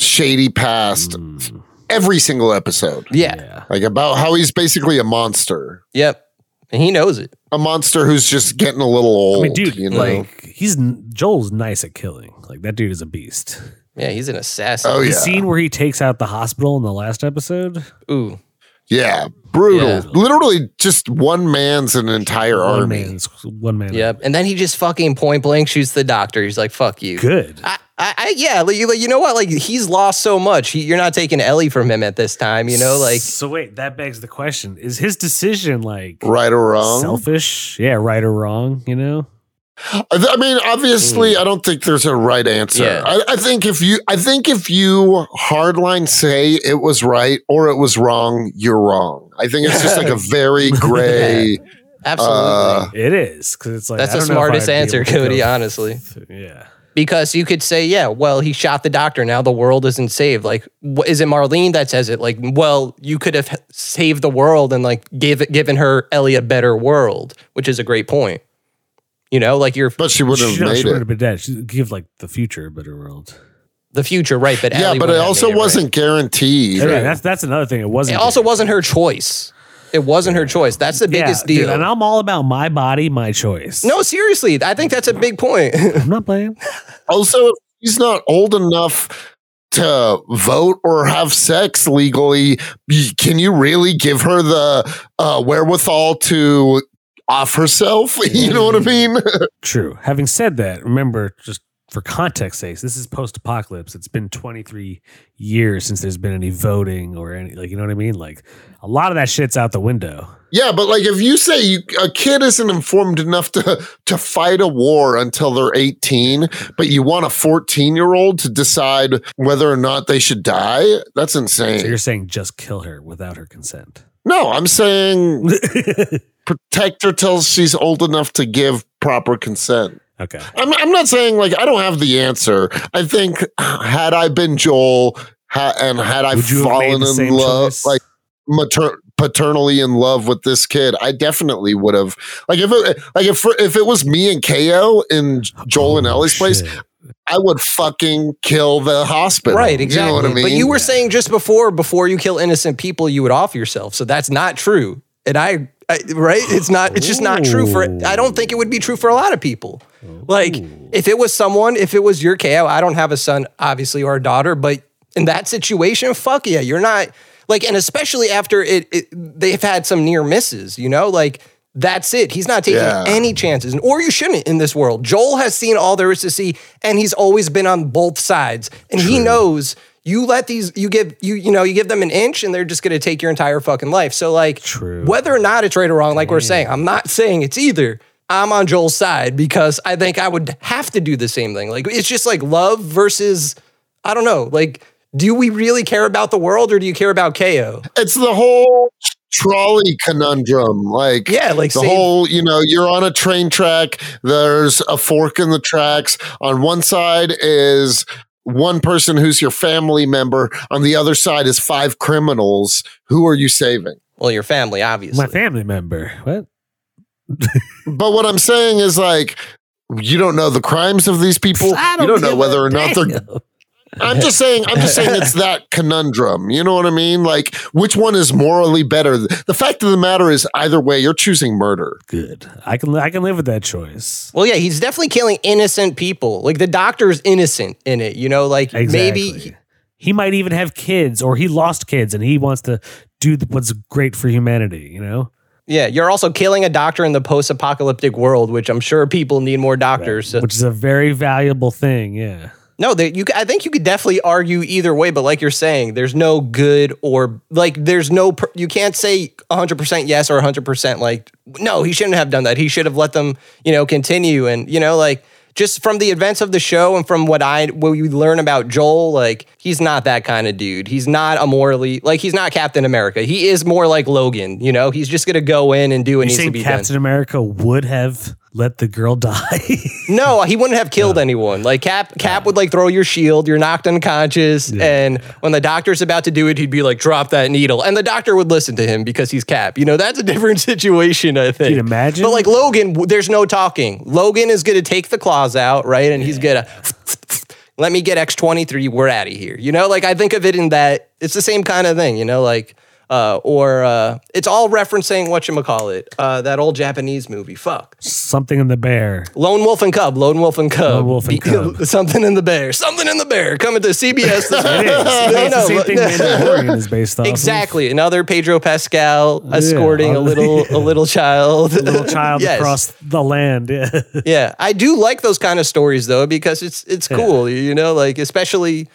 [SPEAKER 3] shady past
[SPEAKER 2] Mm,
[SPEAKER 3] every single episode.
[SPEAKER 1] Yeah.
[SPEAKER 3] Like about how he's basically a monster.
[SPEAKER 1] Yep. And he knows it.
[SPEAKER 3] A monster who's just getting a little
[SPEAKER 2] I
[SPEAKER 3] old.
[SPEAKER 2] mean, dude,
[SPEAKER 3] you know?
[SPEAKER 2] like he's Joel's nice at killing. Like that dude is a beast.
[SPEAKER 1] Yeah, he's an assassin.
[SPEAKER 3] oh
[SPEAKER 2] the
[SPEAKER 3] yeah.
[SPEAKER 2] scene where he takes out the hospital in the last episode,
[SPEAKER 1] Ooh.
[SPEAKER 3] Yeah. Brutal.
[SPEAKER 1] Yeah.
[SPEAKER 3] Literally just one man's an entire
[SPEAKER 2] one
[SPEAKER 3] army.
[SPEAKER 2] man's one man.
[SPEAKER 1] Yep. And then he just fucking point blank shoots the doctor. He's like, fuck you.
[SPEAKER 2] good.
[SPEAKER 1] I, I, I yeah, like, you, like, you know what? Like he's lost so much. He, you're not taking Ellie from him at this time. You know, like
[SPEAKER 2] so. Wait, that begs the question: Is his decision like
[SPEAKER 3] Right or wrong?
[SPEAKER 2] selfish? Yeah, right or wrong? You know,
[SPEAKER 3] I th- I mean, obviously, I don't think there's a right answer.
[SPEAKER 1] Yeah.
[SPEAKER 3] I, I think if you, I think if you hardline say it was right or it was wrong, you're wrong. I think it's just like a very gray. uh,
[SPEAKER 1] absolutely.
[SPEAKER 2] it is because it's like
[SPEAKER 1] That's the
[SPEAKER 2] I don't know if
[SPEAKER 1] smartest
[SPEAKER 2] I'd be
[SPEAKER 1] answer,
[SPEAKER 2] able to go- [laughs]
[SPEAKER 1] Cody. Honestly,
[SPEAKER 2] Yeah,
[SPEAKER 1] because you could say, yeah, well, he shot the doctor. Now the world isn't saved. Like, wh- is it Marlene that says it? Like, well, you could have h- saved the world and like give given her Ellie a better world, which is a great point. You know, like you're
[SPEAKER 3] but she wouldn't
[SPEAKER 2] she,
[SPEAKER 3] have
[SPEAKER 2] no, she
[SPEAKER 3] made
[SPEAKER 2] would
[SPEAKER 3] it.
[SPEAKER 2] have been dead. She give like the future a better world.
[SPEAKER 1] the future, right? But
[SPEAKER 3] Yeah,
[SPEAKER 1] Ellie
[SPEAKER 3] but it
[SPEAKER 1] wouldn't have
[SPEAKER 3] also
[SPEAKER 1] made right.
[SPEAKER 3] wasn't guaranteed.
[SPEAKER 2] Yeah, that's that's another thing. It wasn't.
[SPEAKER 1] It also wasn't her choice. It wasn't her choice. That's the
[SPEAKER 2] Yeah,
[SPEAKER 1] biggest
[SPEAKER 2] dude,
[SPEAKER 1] deal.
[SPEAKER 2] and I'm all about my body, my choice.
[SPEAKER 1] no, seriously, I think that's a big point. [laughs]
[SPEAKER 2] I'm not playing.
[SPEAKER 3] Also, he's not old enough to vote or have sex legally. Y- Can you really give her the uh, wherewithal to off herself? [laughs] you know what I mean?
[SPEAKER 2] True. Having said that, remember, just for context sakes, this is post apocalypse. It's been 23 years since there's been any voting or any, like, you know what I mean? Like, a lot of that shit's out the window.
[SPEAKER 3] Yeah, but like if you say you, a kid isn't informed enough to to fight a war until they're 18, but you want a 14-year-old to decide whether or not they should die, that's
[SPEAKER 2] So you're
[SPEAKER 3] insane.
[SPEAKER 2] saying just kill her without her consent. [laughs]
[SPEAKER 3] No, I'm saying
[SPEAKER 2] okay.
[SPEAKER 3] protect her till she's old enough to give proper consent. I'm I'm not saying like I don't have the answer. I think had I been Joel ha- and had I
[SPEAKER 2] Would you have made
[SPEAKER 3] fallen
[SPEAKER 2] the
[SPEAKER 3] in
[SPEAKER 2] same
[SPEAKER 3] love
[SPEAKER 2] choice?
[SPEAKER 3] like mater- paternally in love with this kid, I definitely would have. Like if it, like if if it was me and Ko in Joel and
[SPEAKER 2] Oh,
[SPEAKER 3] Ellie's place,
[SPEAKER 2] shit.
[SPEAKER 3] I would fucking kill the hospital.
[SPEAKER 1] right, exactly.
[SPEAKER 3] You know what I mean?
[SPEAKER 1] But you were saying just before, before you kill innocent people, you would off yourself. So that's not true. And I, I right? It's not. It's just not true for. I don't think it would be true for a lot of people. Like if it was someone, if it was your KO, I don't have a son, obviously, or a daughter, but in that situation, fuck yeah, you're not like, and especially after it, it they've had some near misses, you know, like. That's it. He's not taking
[SPEAKER 3] Yeah.
[SPEAKER 1] any chances, and or you shouldn't in this world. Joel has seen all there is to see, and he's always been on both sides, and he knows you let these you give you you know you give them an inch, and they're just going to take your entire fucking life. So like,
[SPEAKER 2] True.
[SPEAKER 1] whether or not it's right or wrong, like we're saying, I'm not saying it's either. I'm on Joel's side because I think I would have to do the same thing. Like it's just like love versus I don't know. Like, do we really care about the world or do you care about KO?
[SPEAKER 3] it's the whole trolley conundrum like
[SPEAKER 1] Yeah, like
[SPEAKER 3] the
[SPEAKER 1] save-
[SPEAKER 3] whole you know you're on a train track there's a fork in the tracks on one side is one person who's your family member on the other side is five criminals who are you saving
[SPEAKER 1] Well, your family, obviously.
[SPEAKER 2] My family member. What?
[SPEAKER 3] but what i'm saying is like you don't know the crimes of these people
[SPEAKER 2] I
[SPEAKER 3] you don't know
[SPEAKER 2] give
[SPEAKER 3] whether
[SPEAKER 2] a
[SPEAKER 3] or not they're
[SPEAKER 2] damn.
[SPEAKER 3] I'm just saying. I'm just saying it's that conundrum. You know what I mean? Like, which one is morally better? The fact of the matter is, either way, you're choosing murder.
[SPEAKER 2] Good. I can I can live with that choice.
[SPEAKER 1] Well, yeah, he's definitely killing innocent people. Like the doctor's innocent in it, you know. Like
[SPEAKER 2] Exactly.
[SPEAKER 1] maybe
[SPEAKER 2] he might even have kids, or he lost kids, and he wants to do the, what's great for humanity. You know.
[SPEAKER 1] Yeah, you're also killing a doctor in the post-apocalyptic world, which I'm sure people need more doctors. So-
[SPEAKER 2] Which is a very valuable thing, yeah.
[SPEAKER 1] No, that you. c- I think you could definitely argue either way, but like you're saying, there's no good or like there's no. per- You can't say 100 percent yes or 100 percent like no. He shouldn't have done that. He should have let them, you know, continue and you know, like just from the events of the show and from what I what you learn about Joel, like he's not that kind of dude. He's not a morally like he's not Captain America. He is more like Logan. You know, he's just gonna go in and do what
[SPEAKER 2] You
[SPEAKER 1] needs to
[SPEAKER 2] think
[SPEAKER 1] be
[SPEAKER 2] Captain
[SPEAKER 1] done.
[SPEAKER 2] America would have let the girl
[SPEAKER 1] [laughs]
[SPEAKER 2] die?
[SPEAKER 1] No, he wouldn't have killed anyone. Like Cap, Cap would like throw your shield. You're knocked unconscious, and when the doctor's about to do it, he'd be like, "Drop that needle," and the doctor would listen to him because he's Cap. You know, that's a different [laughs] situation. I think.
[SPEAKER 2] imagine?
[SPEAKER 1] But like Logan, w- there's no talking. Logan is gonna take the claws out, right? And he's gonna. Let me get X twenty three. We're out of here. You know, like I think of it in that it's the same kind of thing. You know, like. Uh, or uh, it's all referencing what you call it, uh, that old Japanese movie. Fuck,
[SPEAKER 2] Something in the bear.
[SPEAKER 1] Lone Wolf and Cub, Lone Wolf and Cub,
[SPEAKER 2] Lone Wolf and Cub.
[SPEAKER 1] [laughs] something in the bear, something in the bear, coming to CBS. This
[SPEAKER 2] It is.
[SPEAKER 1] [laughs] [laughs] no,
[SPEAKER 2] It's the
[SPEAKER 1] no,
[SPEAKER 2] same
[SPEAKER 1] but-
[SPEAKER 2] thing Mandalorian is
[SPEAKER 1] [laughs]
[SPEAKER 2] based off. of.
[SPEAKER 1] exactly. Another Pedro Pascal escorting a little
[SPEAKER 2] [laughs] Yeah.
[SPEAKER 1] a little child, a
[SPEAKER 2] Little
[SPEAKER 1] [laughs]
[SPEAKER 2] child across the land. Yeah.
[SPEAKER 1] Yeah, I do like those kind of stories though because it's it's cool, you know, like especially.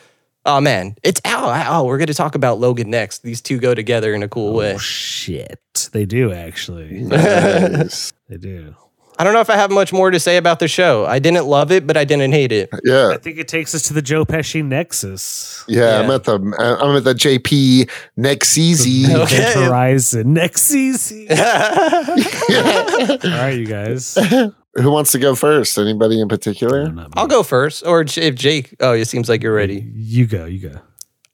[SPEAKER 1] Oh man, it's ow ow. We're gonna talk about Logan next. These two go together in a cool
[SPEAKER 2] Oh,
[SPEAKER 1] way.
[SPEAKER 2] Shit. They do
[SPEAKER 1] [laughs]
[SPEAKER 2] actually.
[SPEAKER 3] Nice.
[SPEAKER 2] They do.
[SPEAKER 1] I don't know if I have much more to say about the show. I didn't love it, but I didn't hate
[SPEAKER 2] [laughs]
[SPEAKER 1] it. [laughs]
[SPEAKER 3] yeah.
[SPEAKER 2] I think it takes us to the Joe Pesci nexus.
[SPEAKER 3] Yeah, I'm
[SPEAKER 1] Yeah.
[SPEAKER 3] at the I'm at the JP
[SPEAKER 2] [laughs]
[SPEAKER 3] Nexizi.
[SPEAKER 1] [laughs] Okay.
[SPEAKER 2] Event Horizon nexus. All right, you
[SPEAKER 3] [laughs]
[SPEAKER 2] guys.
[SPEAKER 3] Who wants to go first? Anybody in particular?
[SPEAKER 2] I'm not-
[SPEAKER 1] I'll go first, or if Jake. Oh, it seems like you're ready.
[SPEAKER 2] You go. You go.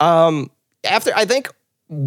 [SPEAKER 1] Um, after I think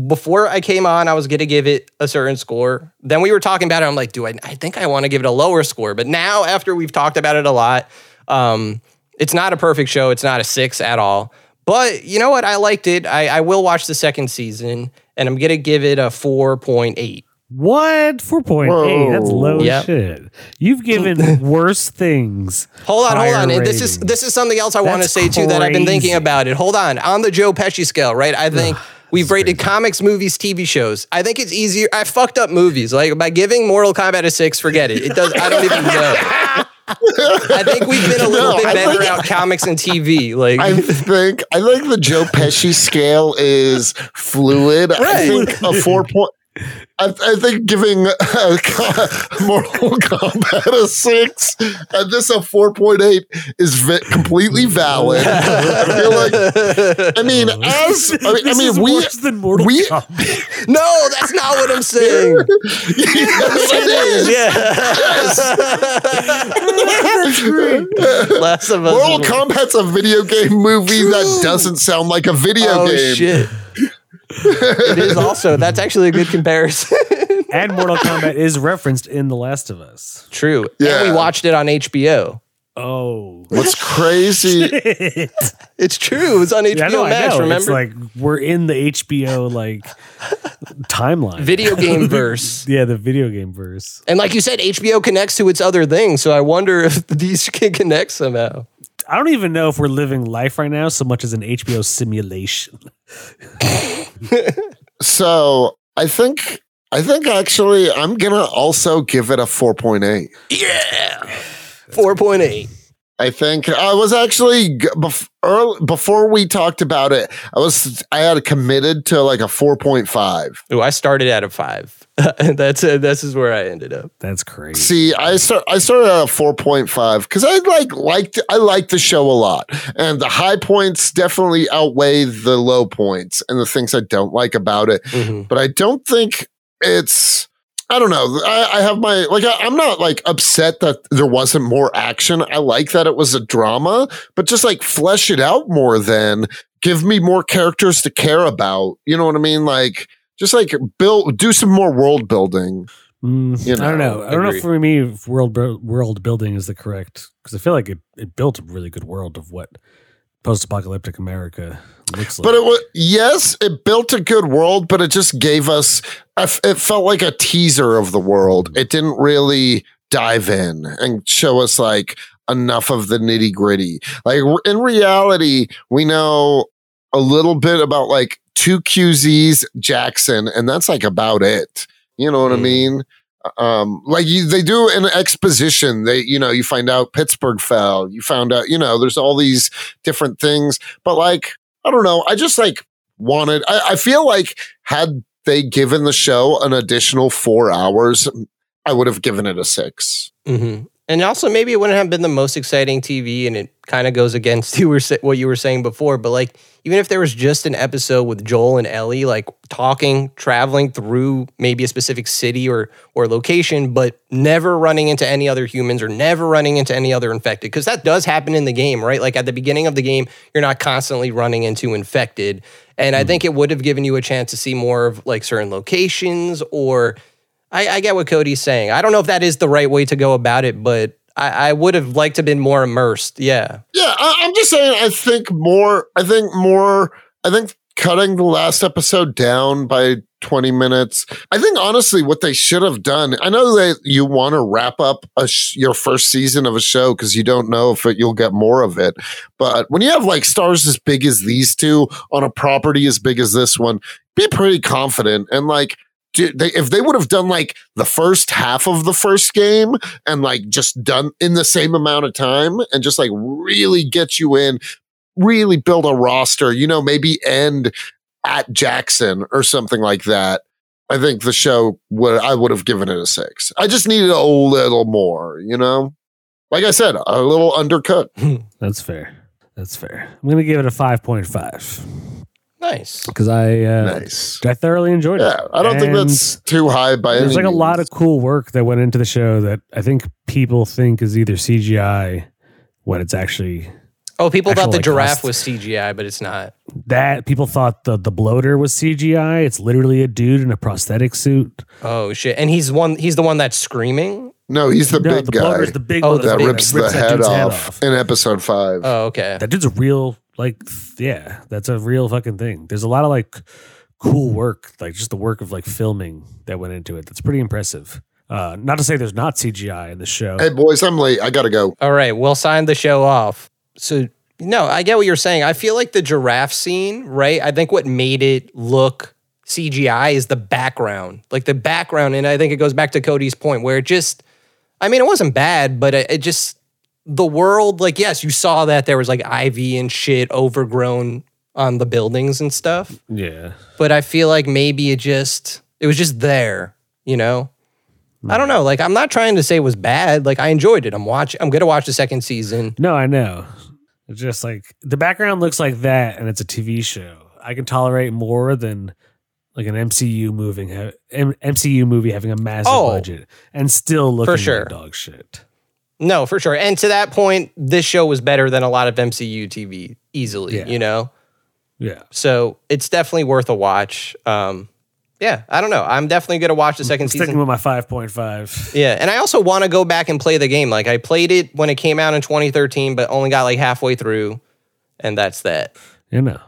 [SPEAKER 1] before I came on, I was gonna give it a certain score. Then we were talking about it. I'm like, do I? I think I want to give it a lower score. But now after we've talked about it a lot, um, it's not a perfect show. It's not a six at all. But you know what? I liked it. I, I will watch the second season, and I'm gonna give it a four point eight.
[SPEAKER 2] What? 4.8. That's
[SPEAKER 3] Whoa.
[SPEAKER 2] low as
[SPEAKER 1] Yep.
[SPEAKER 2] shit. You've
[SPEAKER 3] [laughs]
[SPEAKER 2] given worse things.
[SPEAKER 1] Hold on, hold
[SPEAKER 2] higher
[SPEAKER 1] on. And this is
[SPEAKER 2] ratings.
[SPEAKER 1] this is something else I want to
[SPEAKER 2] That's
[SPEAKER 1] say too that I've been thinking
[SPEAKER 2] crazy.
[SPEAKER 1] about it. Hold on. On the Joe Pesci scale, right? I think we've rated comics, movies, TV shows. I think it's easier. I fucked up movies. Like by giving Mortal Kombat a six, forget it. It does I don't even
[SPEAKER 3] [laughs]
[SPEAKER 1] know. I think we've been a little
[SPEAKER 3] No,
[SPEAKER 1] bit
[SPEAKER 3] I
[SPEAKER 1] better
[SPEAKER 3] think-
[SPEAKER 1] out comics and TV. Like
[SPEAKER 3] I think I think the Joe Pesci scale is fluid. I
[SPEAKER 1] Right.
[SPEAKER 3] think a four point. I, I think giving uh, co- [laughs] Mortal Kombat a six and this a four point eight is v- completely valid. I feel like, I mean, as I mean, I
[SPEAKER 2] [laughs] This
[SPEAKER 3] mean,
[SPEAKER 2] is
[SPEAKER 3] we
[SPEAKER 2] worse than Mortal
[SPEAKER 3] we- [laughs]
[SPEAKER 1] [laughs]
[SPEAKER 2] Kombat.
[SPEAKER 1] No, that's not what I'm saying.
[SPEAKER 3] Yes, it is.
[SPEAKER 1] Last of Us.
[SPEAKER 3] Mortal Kombat's a video game movie that doesn't sound like a video
[SPEAKER 1] Oh
[SPEAKER 3] game.
[SPEAKER 1] shit.
[SPEAKER 3] [laughs]
[SPEAKER 1] it is also that's actually a good comparison. [laughs]
[SPEAKER 2] And Mortal Kombat is referenced in The Last of Us.
[SPEAKER 1] True. And
[SPEAKER 3] Yeah.
[SPEAKER 1] we watched it on HBO.
[SPEAKER 2] Oh.
[SPEAKER 1] [laughs]
[SPEAKER 3] What's crazy?
[SPEAKER 2] [laughs] yeah,
[SPEAKER 1] It's true. It was on HBO
[SPEAKER 2] I know, I
[SPEAKER 1] Max,
[SPEAKER 2] know. It's
[SPEAKER 1] remember?
[SPEAKER 2] like we're in the HBO like timeline.
[SPEAKER 1] [laughs] Video game verse.
[SPEAKER 2] Yeah, the video game verse.
[SPEAKER 1] And like you said, HBO connects to its other thing, so I wonder if [laughs] these can connect somehow.
[SPEAKER 2] I don't even know if we're living life right now so much as an HBO simulation.
[SPEAKER 3] So I think I think actually I'm gonna also give it a four point eight.
[SPEAKER 1] Yeah. 4.8.
[SPEAKER 3] I think I was actually g- bef- earl- before we talked about it. I was I had committed to like a four point five.
[SPEAKER 1] Oh, I started at a 5. [laughs] that's uh, this is where I ended up.
[SPEAKER 2] That's crazy.
[SPEAKER 3] See, I start I started at a four point five because I like liked I liked the show a lot, and the high points definitely outweigh the low points and the things I don't like about it.
[SPEAKER 1] Mhm.
[SPEAKER 3] but I don't think it's. I don't know. I, I have my like. I, I'm not like upset that there wasn't more action. I like that it was a drama, but just like flesh it out more. Then give me more characters to care about. You know what I mean? Like just like build, do some more world building.
[SPEAKER 2] Mm,
[SPEAKER 3] You
[SPEAKER 2] I don't know.
[SPEAKER 3] know,
[SPEAKER 2] I don't know.
[SPEAKER 1] agree.
[SPEAKER 2] if For me, if world bu- world building is the correct because I feel like it, it built a really good world of what post-apocalyptic America looks like.
[SPEAKER 3] But it was yes, it built a good world, but it just gave us. I f- It felt like a teaser of the world. It didn't really dive in and show us like enough of the nitty gritty. Like r- in reality, we know a little bit about like two QZs Jackson, and that's like about it. You know what I
[SPEAKER 1] Mm.
[SPEAKER 3] mean? Um, like you, they do an exposition. They, you know, you find out Pittsburgh fell. You found out, you know, there's all these different things. But like, I don't know. I just like wanted. I, I feel like had they given the show an additional four hours, I would have given it a six.
[SPEAKER 1] Mm-hmm. And also, maybe it wouldn't have been the most exciting TV, and it kind of goes against [laughs] you were sa- what you were saying before. But like, even if there was just an episode with Joel and Ellie, like talking, traveling through maybe a specific city or or location, but never running into any other humans or never running into any other infected, because that does happen in the game, right? Like at the beginning of the game, you're not constantly running into infected, and I think it would have given you a chance to see more of like certain locations or I, I get what Cody's saying. I don't know if that is the right way to go about it, but I, I would have liked to have been more immersed. Yeah.
[SPEAKER 3] Yeah, I, I'm just saying. I think more. I think more. I think cutting the last episode down by 20 minutes. I think honestly, what they should have done. I know that you want to wrap up a sh- your first season of a show because you don't know if it, you'll get more of it. But when you have like stars as big as these two on a property as big as this one, be pretty confident and like. Dude, they, if they would have done like the first half of the first game and like just done in the same amount of time and just like really get you in, really build a roster, you know, maybe end at Jackson or something like that. I think the show would I would have given it a six. I just needed a little more, you know? Like I said, a little undercooked.
[SPEAKER 2] That's fair. That's fair. I'm gonna give it a five point five
[SPEAKER 1] Nice.
[SPEAKER 2] because I uh,
[SPEAKER 3] nice.
[SPEAKER 2] I thoroughly enjoyed it.
[SPEAKER 3] Yeah. I don't think
[SPEAKER 2] And
[SPEAKER 3] that's too high by any
[SPEAKER 2] There's like a lot
[SPEAKER 3] means.
[SPEAKER 2] of cool work that went into the show that I think people think is either CGI when it's actually
[SPEAKER 1] Oh, people
[SPEAKER 2] Actual,
[SPEAKER 1] thought the
[SPEAKER 2] like,
[SPEAKER 1] giraffe
[SPEAKER 2] cost.
[SPEAKER 1] was CGI, but it's not.
[SPEAKER 2] that people thought the the bloater was CGI. It's literally a dude in a prosthetic suit.
[SPEAKER 1] Oh shit. And he's one he's the one that's screaming.
[SPEAKER 3] No, he's the
[SPEAKER 2] no,
[SPEAKER 3] big
[SPEAKER 2] the
[SPEAKER 3] guy
[SPEAKER 2] bloater is the big
[SPEAKER 1] Oh,
[SPEAKER 2] one
[SPEAKER 1] the
[SPEAKER 3] that
[SPEAKER 1] big-
[SPEAKER 3] rips, the head
[SPEAKER 2] dude's
[SPEAKER 3] off, in episode five.
[SPEAKER 1] Oh, okay.
[SPEAKER 2] That dude's a real like th- yeah, that's a real fucking thing. There's a lot of like cool work, like just the work of like filming that went into it. That's pretty impressive. Uh, not to say there's not CGI in the show.
[SPEAKER 3] hey boys, I'm late. I gotta go.
[SPEAKER 1] All right, we'll sign the show off. So, no, I get what you're saying. I feel like the giraffe scene, right? I think what made it look CGI is the background, like the background. And I think it goes back to Cody's point where it just, I mean, it wasn't bad, but it, it just, the world, like, yes, you saw that there was like ivy and shit overgrown on the buildings and stuff.
[SPEAKER 2] Yeah,
[SPEAKER 1] But I feel like maybe it just, it was just there, you know? I don't know. Like, I'm not trying to say it was bad. Like, I enjoyed it. I'm watching, I'm going to watch the second season.
[SPEAKER 2] no, I know. It's just like the background looks like that, and it's a TV show. I can tolerate more than like an MCU moving ha- M- MCU movie having a massive
[SPEAKER 1] Oh.
[SPEAKER 2] budget and still looking
[SPEAKER 1] sure.
[SPEAKER 2] like dog shit.
[SPEAKER 1] No, for sure. And to that point, this show was better than a lot of MCU TV easily,
[SPEAKER 2] Yeah.
[SPEAKER 1] you know?
[SPEAKER 2] Yeah,
[SPEAKER 1] So it's definitely worth a watch. Um, yeah, I don't know. I'm definitely going to watch the second
[SPEAKER 2] I'm sticking
[SPEAKER 1] season.
[SPEAKER 2] with my five point five.
[SPEAKER 1] Yeah, and I also want to go back and play the game. Like I played it when it came out in 2013, but only got like halfway through, and that's that.
[SPEAKER 2] You know,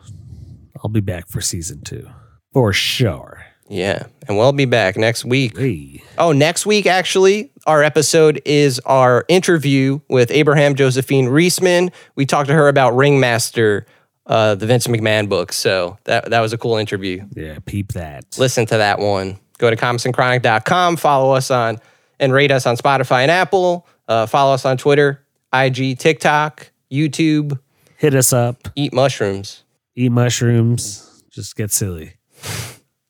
[SPEAKER 2] I'll be back for season two for sure.
[SPEAKER 1] Yeah, and we'll be back next week.
[SPEAKER 2] Hey,
[SPEAKER 1] Oh, next week, actually, our episode is our interview with Abraham Josephine Reisman. We talked to her about Ringmaster, uh, the Vince McMahon book. So that, that was a cool interview.
[SPEAKER 2] yeah, peep that.
[SPEAKER 1] Listen to that one. Go to comicsandchronic.com, follow us on and rate us on Spotify and Apple. Uh, follow us on Twitter, IG, TikTok, YouTube,
[SPEAKER 2] Hit us up,
[SPEAKER 1] eat mushrooms.
[SPEAKER 2] eat mushrooms, just
[SPEAKER 1] [laughs]
[SPEAKER 2] get silly.